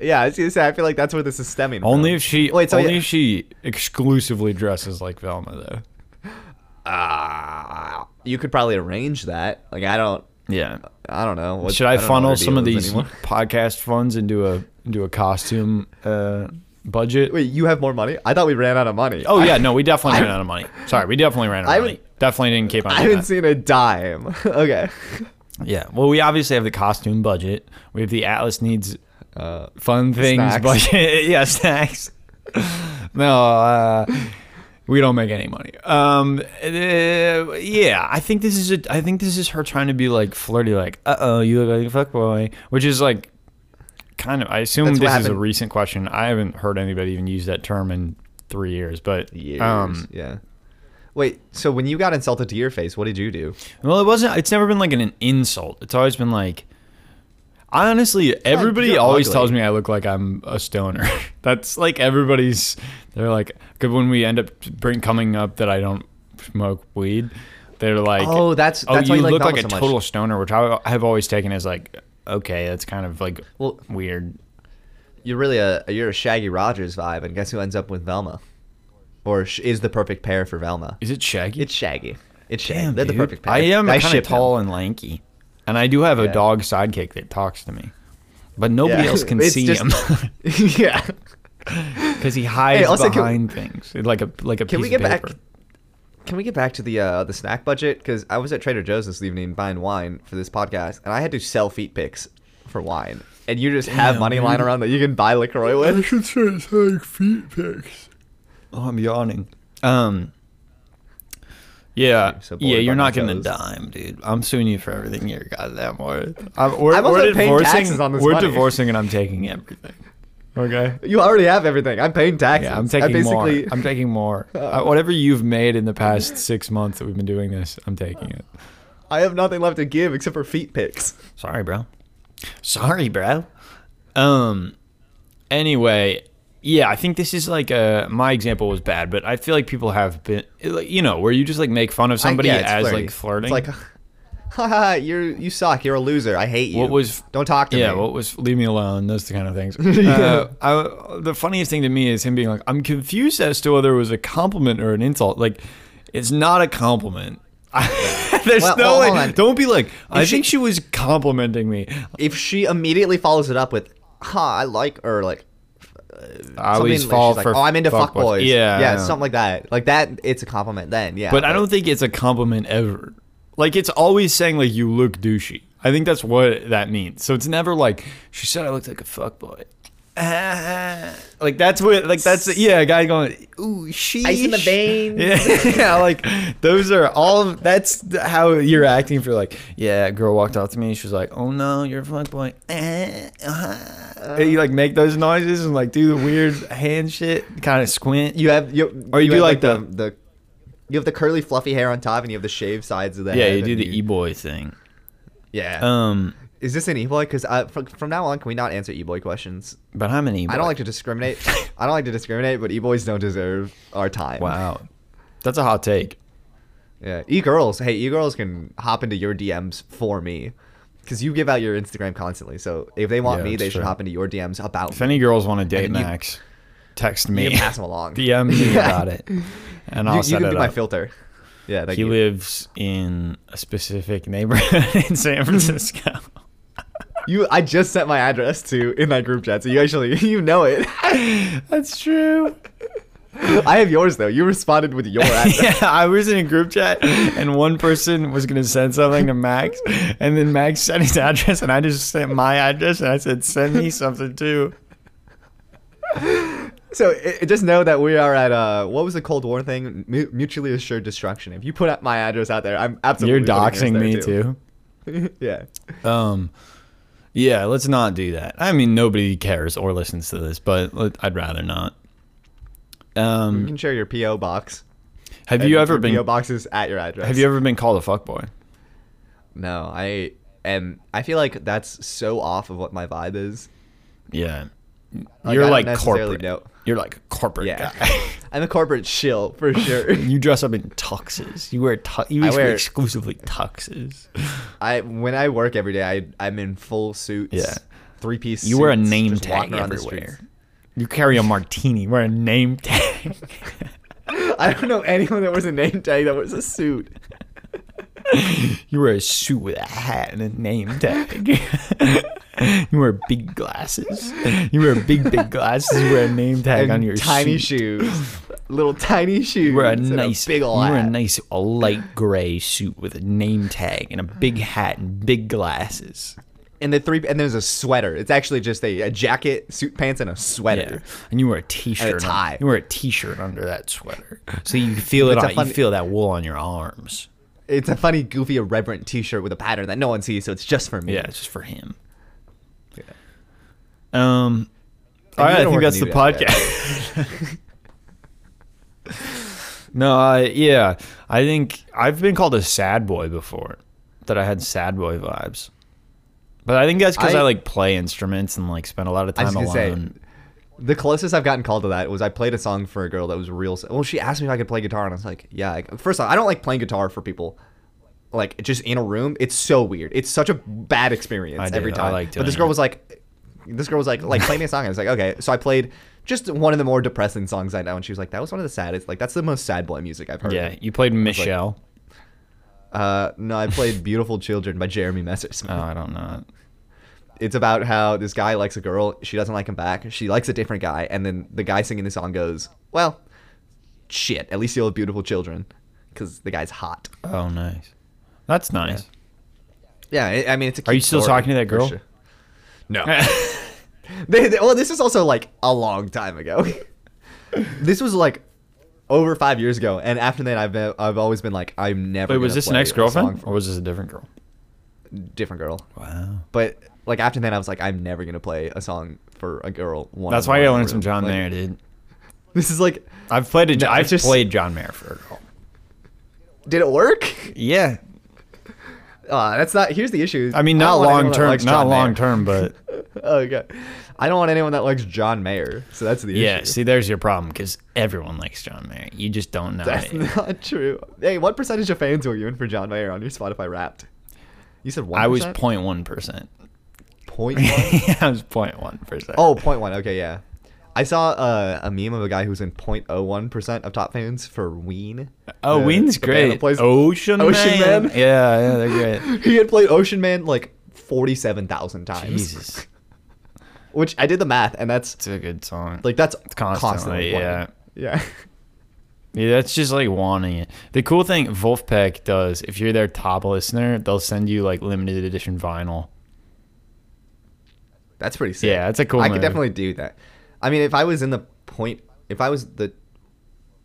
[SPEAKER 1] Yeah, I was gonna say I feel like that's where this is stemming
[SPEAKER 2] Only
[SPEAKER 1] from.
[SPEAKER 2] if she
[SPEAKER 1] Wait, so
[SPEAKER 2] only
[SPEAKER 1] yeah-
[SPEAKER 2] if she exclusively dresses like Velma though.
[SPEAKER 1] Ah, you could probably arrange that. Like I don't
[SPEAKER 2] Yeah.
[SPEAKER 1] I don't know. What,
[SPEAKER 2] Should I,
[SPEAKER 1] don't know what
[SPEAKER 2] funnel
[SPEAKER 1] her
[SPEAKER 2] some of
[SPEAKER 1] deal is
[SPEAKER 2] these
[SPEAKER 1] anymore.
[SPEAKER 2] podcast funds into a into a costume uh, budget?
[SPEAKER 1] Wait, you have more money? I thought we ran out of money.
[SPEAKER 2] Oh yeah, no, we definitely
[SPEAKER 1] I-
[SPEAKER 2] ran out of money. Sorry, we definitely ran out
[SPEAKER 1] I
[SPEAKER 2] of
[SPEAKER 1] haven't-
[SPEAKER 2] money. Definitely didn't keep on.
[SPEAKER 1] I
[SPEAKER 2] doing
[SPEAKER 1] haven't
[SPEAKER 2] that.
[SPEAKER 1] seen a dime. okay.
[SPEAKER 2] Yeah. Well, we obviously have the costume budget. We have the Atlas needs
[SPEAKER 1] Uh,
[SPEAKER 2] fun things
[SPEAKER 1] Snacks.
[SPEAKER 2] budget. yeah, snacks. no, uh, we don't make any money. Um, uh, yeah, I think this is a, I think this is her trying to be like flirty, like, uh oh, you look like a fuckboy, which is like kind of. I assume
[SPEAKER 1] That's what
[SPEAKER 2] this is a
[SPEAKER 1] happened-
[SPEAKER 2] recent question. I haven't heard anybody even use that term in three years, but
[SPEAKER 1] years.
[SPEAKER 2] um,
[SPEAKER 1] yeah. Wait, so when you got insulted to your face, what did you do?
[SPEAKER 2] Well, it wasn't. It's never been like an, insult. It's always been like. I honestly, everybody
[SPEAKER 1] you're
[SPEAKER 2] always
[SPEAKER 1] ugly.
[SPEAKER 2] tells me I look like I'm a stoner. That's like everybody's. They're like, because when we end up bring coming up that I don't smoke weed, they're like,
[SPEAKER 1] Oh, that's-
[SPEAKER 2] oh,
[SPEAKER 1] that's
[SPEAKER 2] you
[SPEAKER 1] why you like
[SPEAKER 2] look
[SPEAKER 1] Velma
[SPEAKER 2] like a
[SPEAKER 1] so much."
[SPEAKER 2] total stoner, which I have always taken as like, okay, that's kind of like
[SPEAKER 1] Well-
[SPEAKER 2] weird.
[SPEAKER 1] You're really a you're a Shaggy Rogers vibe, and guess who ends up with Velma, or sh- is the perfect pair for Velma?
[SPEAKER 2] Is it shaggy?
[SPEAKER 1] It's Shaggy. It's Shaggy.
[SPEAKER 2] Damn,
[SPEAKER 1] They're
[SPEAKER 2] dude.
[SPEAKER 1] the perfect pair.
[SPEAKER 2] I am
[SPEAKER 1] I
[SPEAKER 2] kind
[SPEAKER 1] ship
[SPEAKER 2] of
[SPEAKER 1] them.
[SPEAKER 2] tall and lanky, and I do have a
[SPEAKER 1] Yeah.
[SPEAKER 2] dog sidekick that talks to me, but nobody
[SPEAKER 1] Yeah.
[SPEAKER 2] else can
[SPEAKER 1] It's
[SPEAKER 2] see
[SPEAKER 1] just-
[SPEAKER 2] him.
[SPEAKER 1] yeah.
[SPEAKER 2] because he hides
[SPEAKER 1] Hey, also, can-
[SPEAKER 2] behind things like a like a
[SPEAKER 1] Can
[SPEAKER 2] piece
[SPEAKER 1] we get
[SPEAKER 2] of
[SPEAKER 1] back?
[SPEAKER 2] paper.
[SPEAKER 1] Can we get back to the uh, the snack budget? Because I was at Trader Joe's this evening buying wine for this podcast, and I had to sell feet pics for wine. And you just have
[SPEAKER 2] Damn,
[SPEAKER 1] money lying
[SPEAKER 2] dude.
[SPEAKER 1] around that you can buy Lacroix with.
[SPEAKER 2] should start selling feet pics. Oh, I'm yawning. Um. Yeah,
[SPEAKER 1] I'm so bored
[SPEAKER 2] yeah, you're
[SPEAKER 1] by
[SPEAKER 2] not
[SPEAKER 1] my
[SPEAKER 2] getting a
[SPEAKER 1] toes.
[SPEAKER 2] dime, dude. I'm suing you for everything you're goddamn worth. I'm, we're
[SPEAKER 1] I'm
[SPEAKER 2] we're
[SPEAKER 1] also paying
[SPEAKER 2] divorcing.
[SPEAKER 1] taxes on this
[SPEAKER 2] we're
[SPEAKER 1] money.
[SPEAKER 2] divorcing, and I'm taking everything. Okay.
[SPEAKER 1] You already have everything. I'm paying taxes.
[SPEAKER 2] Yeah, I'm taking
[SPEAKER 1] I basically,
[SPEAKER 2] more. I'm taking more. Uh, whatever you've made in the past six months that we've been doing this, I'm taking it.
[SPEAKER 1] I have nothing left to give except for feet pics.
[SPEAKER 2] Sorry, bro. Sorry, bro. Um. Anyway, yeah, I think this is like uh my example was bad, but I feel like people have been, like, you know, where you just like make fun of somebody
[SPEAKER 1] I- yeah, it's
[SPEAKER 2] as
[SPEAKER 1] flirty.
[SPEAKER 2] like flirting.
[SPEAKER 1] It's like, haha, you you suck. You're a loser. I hate you.
[SPEAKER 2] What was-
[SPEAKER 1] Don't talk to
[SPEAKER 2] yeah,
[SPEAKER 1] me.
[SPEAKER 2] what was leave me alone? Those kind of things. Uh, I, the funniest thing to me is him being like, "I'm confused as to whether it was a compliment or an insult." Like, it's not a compliment. There's
[SPEAKER 1] Well,
[SPEAKER 2] no
[SPEAKER 1] well,
[SPEAKER 2] way.
[SPEAKER 1] hold on.
[SPEAKER 2] Don't be like, "I
[SPEAKER 1] she-
[SPEAKER 2] think she was complimenting me."
[SPEAKER 1] if she immediately follows it up with, "Ha, I like," or like,
[SPEAKER 2] I
[SPEAKER 1] something
[SPEAKER 2] always
[SPEAKER 1] like-
[SPEAKER 2] fall
[SPEAKER 1] she's like,
[SPEAKER 2] for.
[SPEAKER 1] "Oh, I'm into fuck
[SPEAKER 2] fuckboys."
[SPEAKER 1] boys."
[SPEAKER 2] Yeah,
[SPEAKER 1] yeah,
[SPEAKER 2] I know.
[SPEAKER 1] something like that. Like that, it's a compliment then. Yeah,
[SPEAKER 2] But I don't think it's a compliment ever. Like it's always saying like you look douchey. I think that's what that means. So it's never like she said I looked like a fuckboy.
[SPEAKER 3] "Ah," like that's what like that's yeah, a guy going ooh she
[SPEAKER 1] Ice in the veins.
[SPEAKER 3] Yeah, yeah, like those are all that's how you're acting for like yeah, a girl walked up to me, she was like, "Oh no, you're a fuck boy." Ah, uh-huh." And you like make those noises and like do the weird hand shit, kind of squint.
[SPEAKER 1] You have you
[SPEAKER 3] Or you do
[SPEAKER 1] have,
[SPEAKER 3] like
[SPEAKER 1] the, the you have the curly fluffy hair on top and you have the shaved sides of the
[SPEAKER 2] yeah,
[SPEAKER 1] head.
[SPEAKER 2] you do
[SPEAKER 1] and
[SPEAKER 2] the e boy thing.
[SPEAKER 1] Yeah.
[SPEAKER 3] Um,
[SPEAKER 1] Is this an e-boy? Because from, from now on, can we not answer e-boy questions?
[SPEAKER 3] but I'm an e
[SPEAKER 1] I don't like to discriminate. I don't like to discriminate, but e-boys don't deserve our time.
[SPEAKER 3] Wow, that's a hot take.
[SPEAKER 1] Yeah. E-girls. Hey, e-girls can hop into your DMs for me. Because you give out your Instagram constantly. So if they want
[SPEAKER 3] Yeah,
[SPEAKER 1] me,
[SPEAKER 3] that's
[SPEAKER 1] they should
[SPEAKER 3] true.
[SPEAKER 1] hop into your DMs about
[SPEAKER 3] If any girls want to date
[SPEAKER 1] And then you-
[SPEAKER 3] Max, text
[SPEAKER 1] me.
[SPEAKER 3] me.
[SPEAKER 1] You can pass them along.
[SPEAKER 3] DM me about it, and
[SPEAKER 1] You,
[SPEAKER 3] I'll
[SPEAKER 1] you
[SPEAKER 3] set
[SPEAKER 1] can
[SPEAKER 3] it
[SPEAKER 1] be my
[SPEAKER 3] up.
[SPEAKER 1] filter. Yeah, thank
[SPEAKER 2] he
[SPEAKER 1] you.
[SPEAKER 2] lives in a specific neighborhood in San Francisco.
[SPEAKER 1] You, I just sent my address to in that group chat, so you actually you know it.
[SPEAKER 3] That's true.
[SPEAKER 1] I have yours though. You responded with your address.
[SPEAKER 3] yeah, I was in a group chat, and one person was gonna send something to Max, and then Max sent his address, and I just sent my address, and I said, "Send me something too."
[SPEAKER 1] So i i- just know that we are at uh, what was the Cold War thing? Mu- mutually assured destruction. If you put out my address out there, I'm absolutely
[SPEAKER 3] You're doxing
[SPEAKER 1] putting yours
[SPEAKER 3] me
[SPEAKER 1] there,
[SPEAKER 3] too.
[SPEAKER 1] yeah,
[SPEAKER 2] Um, yeah, let's not do that. I mean, nobody cares or listens to this, but let- I'd rather not.
[SPEAKER 1] you
[SPEAKER 2] Um,
[SPEAKER 1] can share your PO box.
[SPEAKER 2] have
[SPEAKER 1] And
[SPEAKER 2] you ever
[SPEAKER 1] your
[SPEAKER 2] been
[SPEAKER 1] PO boxes at your address?
[SPEAKER 3] Have you ever been called a fuckboy?
[SPEAKER 1] No, I am. I feel like that's so off of what my vibe is.
[SPEAKER 2] Yeah.
[SPEAKER 1] Like, I
[SPEAKER 2] You're
[SPEAKER 1] don't
[SPEAKER 2] like
[SPEAKER 1] necessarily
[SPEAKER 2] corporate.
[SPEAKER 1] know.
[SPEAKER 2] You're like a corporate
[SPEAKER 1] Yeah.
[SPEAKER 2] guy.
[SPEAKER 1] I'm a corporate shill for sure.
[SPEAKER 2] you dress up in tuxes. You wear tux. You
[SPEAKER 1] I
[SPEAKER 2] wear,
[SPEAKER 1] wear-
[SPEAKER 2] exclusively tuxes.
[SPEAKER 1] I when I work every day, I I'm in full suits.
[SPEAKER 2] Yeah.
[SPEAKER 1] three piece.
[SPEAKER 2] You wear a name tag everywhere. You carry a martini. Wear a name tag.
[SPEAKER 1] I don't know anyone that wears a name tag that wears a suit.
[SPEAKER 2] you wear a suit with a hat and a name tag. you wear big glasses. You wear big big glasses. You wear a name tag
[SPEAKER 1] and
[SPEAKER 2] on your
[SPEAKER 1] tiny
[SPEAKER 2] suit.
[SPEAKER 1] shoes, little tiny shoes.
[SPEAKER 2] You wear a
[SPEAKER 1] and
[SPEAKER 2] nice,
[SPEAKER 1] big ol'
[SPEAKER 2] you wear a
[SPEAKER 1] hat.
[SPEAKER 2] nice a light gray suit with a name tag and a big hat and big glasses.
[SPEAKER 1] and the three and there's a sweater. It's actually just a, a jacket, suit pants, and a
[SPEAKER 2] Yeah.
[SPEAKER 1] sweater.
[SPEAKER 2] And you wear a t-shirt. un-
[SPEAKER 1] tie.
[SPEAKER 2] you wear a t-shirt under that sweater, so you feel it.
[SPEAKER 1] It's a
[SPEAKER 2] On,
[SPEAKER 1] fun-
[SPEAKER 2] you feel that wool on your arms.
[SPEAKER 1] It's a funny, goofy, irreverent T-shirt with a pattern that no one sees, so it's just for me.
[SPEAKER 2] Yeah, it's just for him. Um.
[SPEAKER 1] And
[SPEAKER 3] All right,
[SPEAKER 1] you
[SPEAKER 3] I
[SPEAKER 1] don't
[SPEAKER 3] think
[SPEAKER 1] work
[SPEAKER 3] that's
[SPEAKER 1] in
[SPEAKER 3] the
[SPEAKER 1] New York, yeah.
[SPEAKER 3] podcast.
[SPEAKER 2] No. I, yeah. I think I've been called a sad boy before. That I had sad boy vibes. But I think that's because I,
[SPEAKER 1] I-
[SPEAKER 2] like play instruments and like spend a lot of
[SPEAKER 1] I was
[SPEAKER 2] time alone.
[SPEAKER 1] gonna say. The closest I've gotten called to that was I played a song for a girl that was real. s- Well, she asked me if I could play guitar, and I was like, "Yeah." I c- First off, I don't like playing guitar for people, like just in a room. It's so weird. It's such a bad experience
[SPEAKER 2] I do.
[SPEAKER 1] every
[SPEAKER 2] I
[SPEAKER 1] time.
[SPEAKER 2] like
[SPEAKER 1] but this
[SPEAKER 2] doing
[SPEAKER 1] girl
[SPEAKER 2] it.
[SPEAKER 1] was like, "This girl was like, like play me a song." I was like, "Okay." So I played just one of the more depressing songs I know, and she was like, "That was one of the saddest. Like that's the most sad boy music I've heard."
[SPEAKER 2] yeah, you played Michelle.
[SPEAKER 1] Uh, no, I played "Beautiful Children" by Jeremy Messersmith.
[SPEAKER 2] oh, I don't know.
[SPEAKER 1] it's about how this guy likes a girl, she doesn't like him back, she likes a different guy, and then the guy singing the song goes, "Well, shit. At least you'll have beautiful children, because the guy's hot."
[SPEAKER 2] Oh, nice. That's nice.
[SPEAKER 1] Yeah, I I mean, it's. A
[SPEAKER 2] Are you
[SPEAKER 1] cute
[SPEAKER 2] still
[SPEAKER 1] story,
[SPEAKER 2] talking to that
[SPEAKER 1] for
[SPEAKER 2] girl?
[SPEAKER 1] sure. No. they, they- well, this is also like a long time ago. this was like over five years ago, and after that, I've been, I've always been like, I'm never.
[SPEAKER 2] Wait, was
[SPEAKER 1] gonna
[SPEAKER 2] this an
[SPEAKER 1] play a
[SPEAKER 2] ex girlfriend
[SPEAKER 1] song
[SPEAKER 2] or was this a different girl?
[SPEAKER 1] for- different girl?
[SPEAKER 2] Wow.
[SPEAKER 1] But like after that, I was like, I'm never gonna play a song for a girl. One
[SPEAKER 2] That's why I learned some John Mayer, dude.
[SPEAKER 1] This is like,
[SPEAKER 2] I've played a,
[SPEAKER 1] No,
[SPEAKER 2] I've
[SPEAKER 1] it's just-
[SPEAKER 2] played John Mayer for a girl.
[SPEAKER 1] did it work?
[SPEAKER 2] Yeah,
[SPEAKER 1] Uh, that's not. Here's the issue.
[SPEAKER 3] I mean,
[SPEAKER 1] don't
[SPEAKER 3] not
[SPEAKER 1] want anyone
[SPEAKER 3] long
[SPEAKER 1] that
[SPEAKER 3] term,
[SPEAKER 1] likes
[SPEAKER 3] not
[SPEAKER 1] John Mayer.
[SPEAKER 3] long term, but
[SPEAKER 1] oh god, I don't want anyone that likes John Mayer. So that's the
[SPEAKER 2] yeah.
[SPEAKER 1] issue.
[SPEAKER 2] See, there's your problem because everyone likes John Mayer. You just don't know.
[SPEAKER 1] that's
[SPEAKER 2] it.
[SPEAKER 1] not true. Hey, what percentage of fans were you in for John Mayer on your Spotify Wrapped? You said one.
[SPEAKER 2] I was 0.1 percent.
[SPEAKER 1] point one.
[SPEAKER 2] I was 0.1 percent.
[SPEAKER 1] oh, point one. Okay, yeah. I saw uh, a meme of a guy who's in 0.01 percent of top fans for Ween.
[SPEAKER 2] oh,
[SPEAKER 1] The-
[SPEAKER 2] Ween's
[SPEAKER 1] the band that
[SPEAKER 2] great.
[SPEAKER 1] plays-
[SPEAKER 2] Ocean,
[SPEAKER 1] Ocean
[SPEAKER 2] Man.
[SPEAKER 1] Man?
[SPEAKER 2] Yeah, yeah, they're great.
[SPEAKER 1] he had played Ocean Man like 47,000 times.
[SPEAKER 2] Jesus,
[SPEAKER 1] Which I did the math, and that's
[SPEAKER 2] it's a good song.
[SPEAKER 1] like that's
[SPEAKER 2] Constantly,
[SPEAKER 1] constantly,
[SPEAKER 2] yeah.
[SPEAKER 1] playing. yeah.
[SPEAKER 2] Yeah, that's just like wanting it. The cool thing Wolfpack does, if you're their top listener, they'll send you like limited edition vinyl.
[SPEAKER 1] That's pretty sick.
[SPEAKER 2] Yeah, that's a cool
[SPEAKER 1] I
[SPEAKER 2] move.
[SPEAKER 1] could definitely do that. I mean, if I was in the point, if I was the,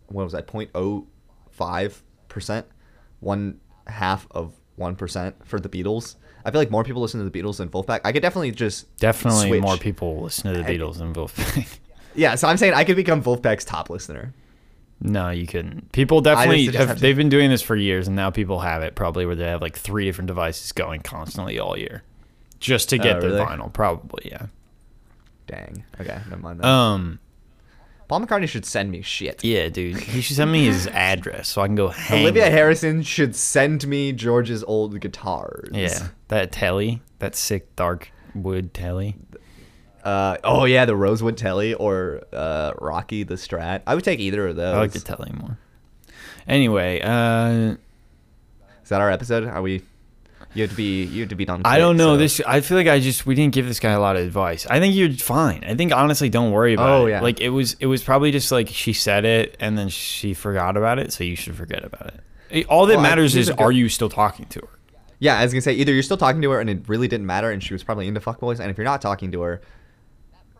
[SPEAKER 1] what was that? Point oh five percent, one half of one percent for the Beatles. I feel like more people listen to the Beatles than Wolfpack. I could definitely just
[SPEAKER 2] Definitely
[SPEAKER 1] switch.
[SPEAKER 2] more people listen to the
[SPEAKER 1] I-
[SPEAKER 2] Beatles than Wolfpack.
[SPEAKER 1] Yeah, so I'm saying I could become Wolfpack's top listener.
[SPEAKER 2] no, you couldn't. People definitely
[SPEAKER 1] just have
[SPEAKER 2] have,
[SPEAKER 1] to-
[SPEAKER 2] they've been doing this for years, and now people have it probably where they have like three different devices going constantly all year, just to get
[SPEAKER 1] Oh,
[SPEAKER 2] their
[SPEAKER 1] really?
[SPEAKER 2] vinyl. Probably, yeah.
[SPEAKER 1] Dang. Okay, never mind. That.
[SPEAKER 2] Um,
[SPEAKER 1] Paul McCartney should send me shit.
[SPEAKER 2] yeah, dude, he should send me his address so I can go hang.
[SPEAKER 1] Olivia
[SPEAKER 2] with him.
[SPEAKER 1] Harrison should send me George's old guitars.
[SPEAKER 2] Yeah, that telly, that sick dark wood telly.
[SPEAKER 1] Uh, oh yeah, the Rosewood Telly or uh, Rocky the Strat. I would take either of those.
[SPEAKER 2] I like the telly more. Anyway, uh,
[SPEAKER 1] Is that our episode? Are we? You have to be. You have to be done.
[SPEAKER 2] I
[SPEAKER 1] quick,
[SPEAKER 2] don't know
[SPEAKER 1] so-
[SPEAKER 2] this. I feel like I just we didn't give this guy a lot of advice. I think you're fine. I think honestly, don't worry about
[SPEAKER 1] Oh,
[SPEAKER 2] it.
[SPEAKER 1] yeah.
[SPEAKER 2] Like it was, it was probably just like she said it and then she forgot about it. So you should forget about it. it. All that
[SPEAKER 1] Well, I-
[SPEAKER 2] matters
[SPEAKER 1] he's
[SPEAKER 2] is
[SPEAKER 1] a good-
[SPEAKER 2] are you still talking to her?
[SPEAKER 1] Yeah, I was gonna say either you're still talking to her and it really didn't matter, and she was probably into fuckboys, and if you're not talking to her,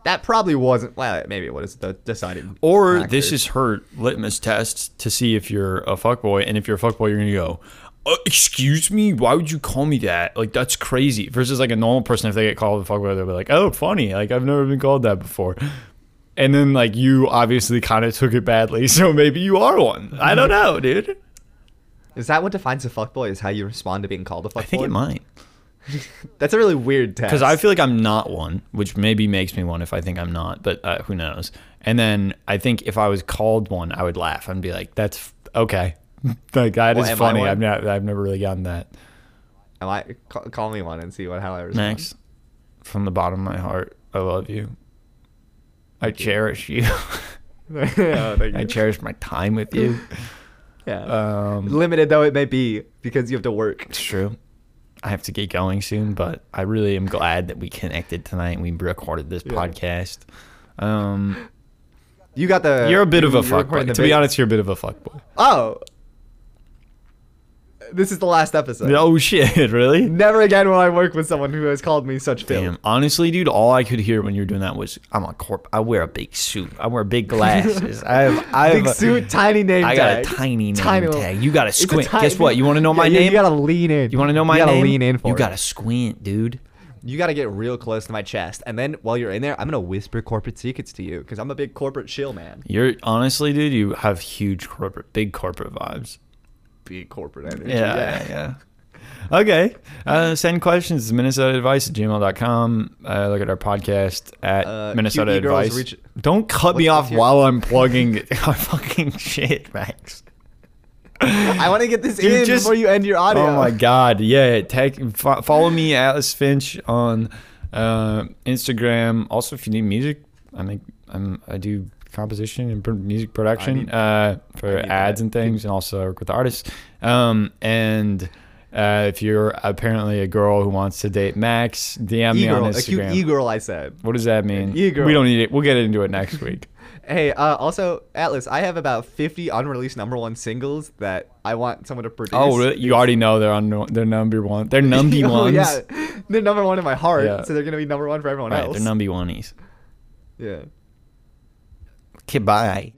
[SPEAKER 1] that probably wasn't. Well, maybe it was the deciding.
[SPEAKER 2] Or
[SPEAKER 1] factor.
[SPEAKER 2] this is her litmus test to see if you're a fuckboy. And if you're a fuckboy, you're going to go, uh, Excuse me? Why would you call me that? Like, that's crazy. Versus, like, a normal person, if they get called a fuckboy, they'll be like, Oh, funny. Like, I've never been called that before. And then, like, you obviously kind of took it badly. So maybe you are one. I don't know, dude.
[SPEAKER 1] is that what defines a fuckboy? Is how you respond to being called a fuckboy?
[SPEAKER 2] I think it might.
[SPEAKER 1] That's a really weird test.
[SPEAKER 2] Because I feel like I'm not one, which maybe makes me one if I think I'm not, but uh, who knows? And then I think if I was called one, I would laugh and be like, "That's f- okay, like that is
[SPEAKER 1] Well, am I
[SPEAKER 2] funny."
[SPEAKER 1] one?
[SPEAKER 2] I've not, I've never really gotten that.
[SPEAKER 1] I might call, call me one and see what how I respond.
[SPEAKER 2] Max, from the bottom of my heart, I love you. I cherish you.
[SPEAKER 1] oh, thank
[SPEAKER 2] I
[SPEAKER 1] you.
[SPEAKER 2] cherish my time with you.
[SPEAKER 1] Yeah.
[SPEAKER 2] Um,
[SPEAKER 1] Limited though it may be, because you have to work.
[SPEAKER 2] it's true. I have to get going soon, but I really am glad that we connected tonight and we recorded this
[SPEAKER 1] Yeah.
[SPEAKER 2] podcast. Um,
[SPEAKER 1] You got the.
[SPEAKER 2] you're a bit of a
[SPEAKER 1] you were recording
[SPEAKER 2] fuckboy.
[SPEAKER 1] the
[SPEAKER 2] To be
[SPEAKER 1] bit-
[SPEAKER 2] honest, you're a bit of a fuckboy.
[SPEAKER 1] Oh. This is the last episode.
[SPEAKER 2] Oh shit! Really?
[SPEAKER 1] Never again will I work with someone who has called me such
[SPEAKER 2] Damn.
[SPEAKER 1] filth.
[SPEAKER 2] Honestly, dude, all I could hear when you were doing that was, "I'm a corp. I wear a big suit. I wear big glasses. I have, I have
[SPEAKER 1] Big
[SPEAKER 2] a,
[SPEAKER 1] suit, tiny name
[SPEAKER 2] I got a
[SPEAKER 1] tag.
[SPEAKER 2] tiny name
[SPEAKER 1] little-
[SPEAKER 2] tag. You got to
[SPEAKER 1] It's a
[SPEAKER 2] squint.
[SPEAKER 1] tiny-
[SPEAKER 2] Guess what? You want to know
[SPEAKER 1] Yeah,
[SPEAKER 2] my
[SPEAKER 1] you-
[SPEAKER 2] name?
[SPEAKER 1] You gotta lean in.
[SPEAKER 2] You want to know my
[SPEAKER 1] you gotta
[SPEAKER 2] name?
[SPEAKER 1] lean in for
[SPEAKER 2] You
[SPEAKER 1] it.
[SPEAKER 2] got to squint, dude.
[SPEAKER 1] You gotta get real close to my chest, and then while you're in there, I'm gonna whisper corporate secrets to you because I'm a big corporate shill man.
[SPEAKER 2] You're honestly, dude, you have huge corporate, big corporate vibes.
[SPEAKER 1] Big corporate energy.
[SPEAKER 2] Yeah, yeah, yeah. Okay. Uh, send questions to minnesotaadvice at gmail.com. Uh, look at our podcast at
[SPEAKER 1] Uh,
[SPEAKER 2] Minnesota
[SPEAKER 1] QE girls
[SPEAKER 2] Advice.
[SPEAKER 1] reach-
[SPEAKER 2] Don't cut
[SPEAKER 1] What's-
[SPEAKER 2] me
[SPEAKER 1] E?
[SPEAKER 2] off
[SPEAKER 1] what's your-
[SPEAKER 2] while I'm plugging our fucking shit, Max.
[SPEAKER 1] I want to get this
[SPEAKER 2] Dude,
[SPEAKER 1] in
[SPEAKER 2] just-
[SPEAKER 1] before you end your audio.
[SPEAKER 2] Oh my god! Yeah, tag, fo- follow me, Atlas Finch, on uh, Instagram. Also, if you need music, I make I'm, I do composition and pr- music production
[SPEAKER 1] need-
[SPEAKER 2] uh, for
[SPEAKER 1] I need
[SPEAKER 2] ads
[SPEAKER 1] that.
[SPEAKER 2] and things, and also I work with artists. Um, and uh, if you're apparently a girl who wants to date Max, DM me on
[SPEAKER 1] E-girl, a cute
[SPEAKER 2] Instagram.
[SPEAKER 1] e-girl, I said.
[SPEAKER 2] what does that mean?
[SPEAKER 1] e-girl.
[SPEAKER 2] We don't need it. We'll get into it next week.
[SPEAKER 1] Hey, uh, also Atlas, I have about fifty unreleased number one singles that I want someone to produce.
[SPEAKER 2] oh, really? you already know they're on. They're number one. They're number
[SPEAKER 1] Oh,
[SPEAKER 2] ones.
[SPEAKER 1] yeah, they're number one in my heart,
[SPEAKER 2] Yeah.
[SPEAKER 1] so they're gonna be number one for everyone
[SPEAKER 2] Right,
[SPEAKER 1] else.
[SPEAKER 2] they're number oneies.
[SPEAKER 1] yeah.
[SPEAKER 4] Goodbye.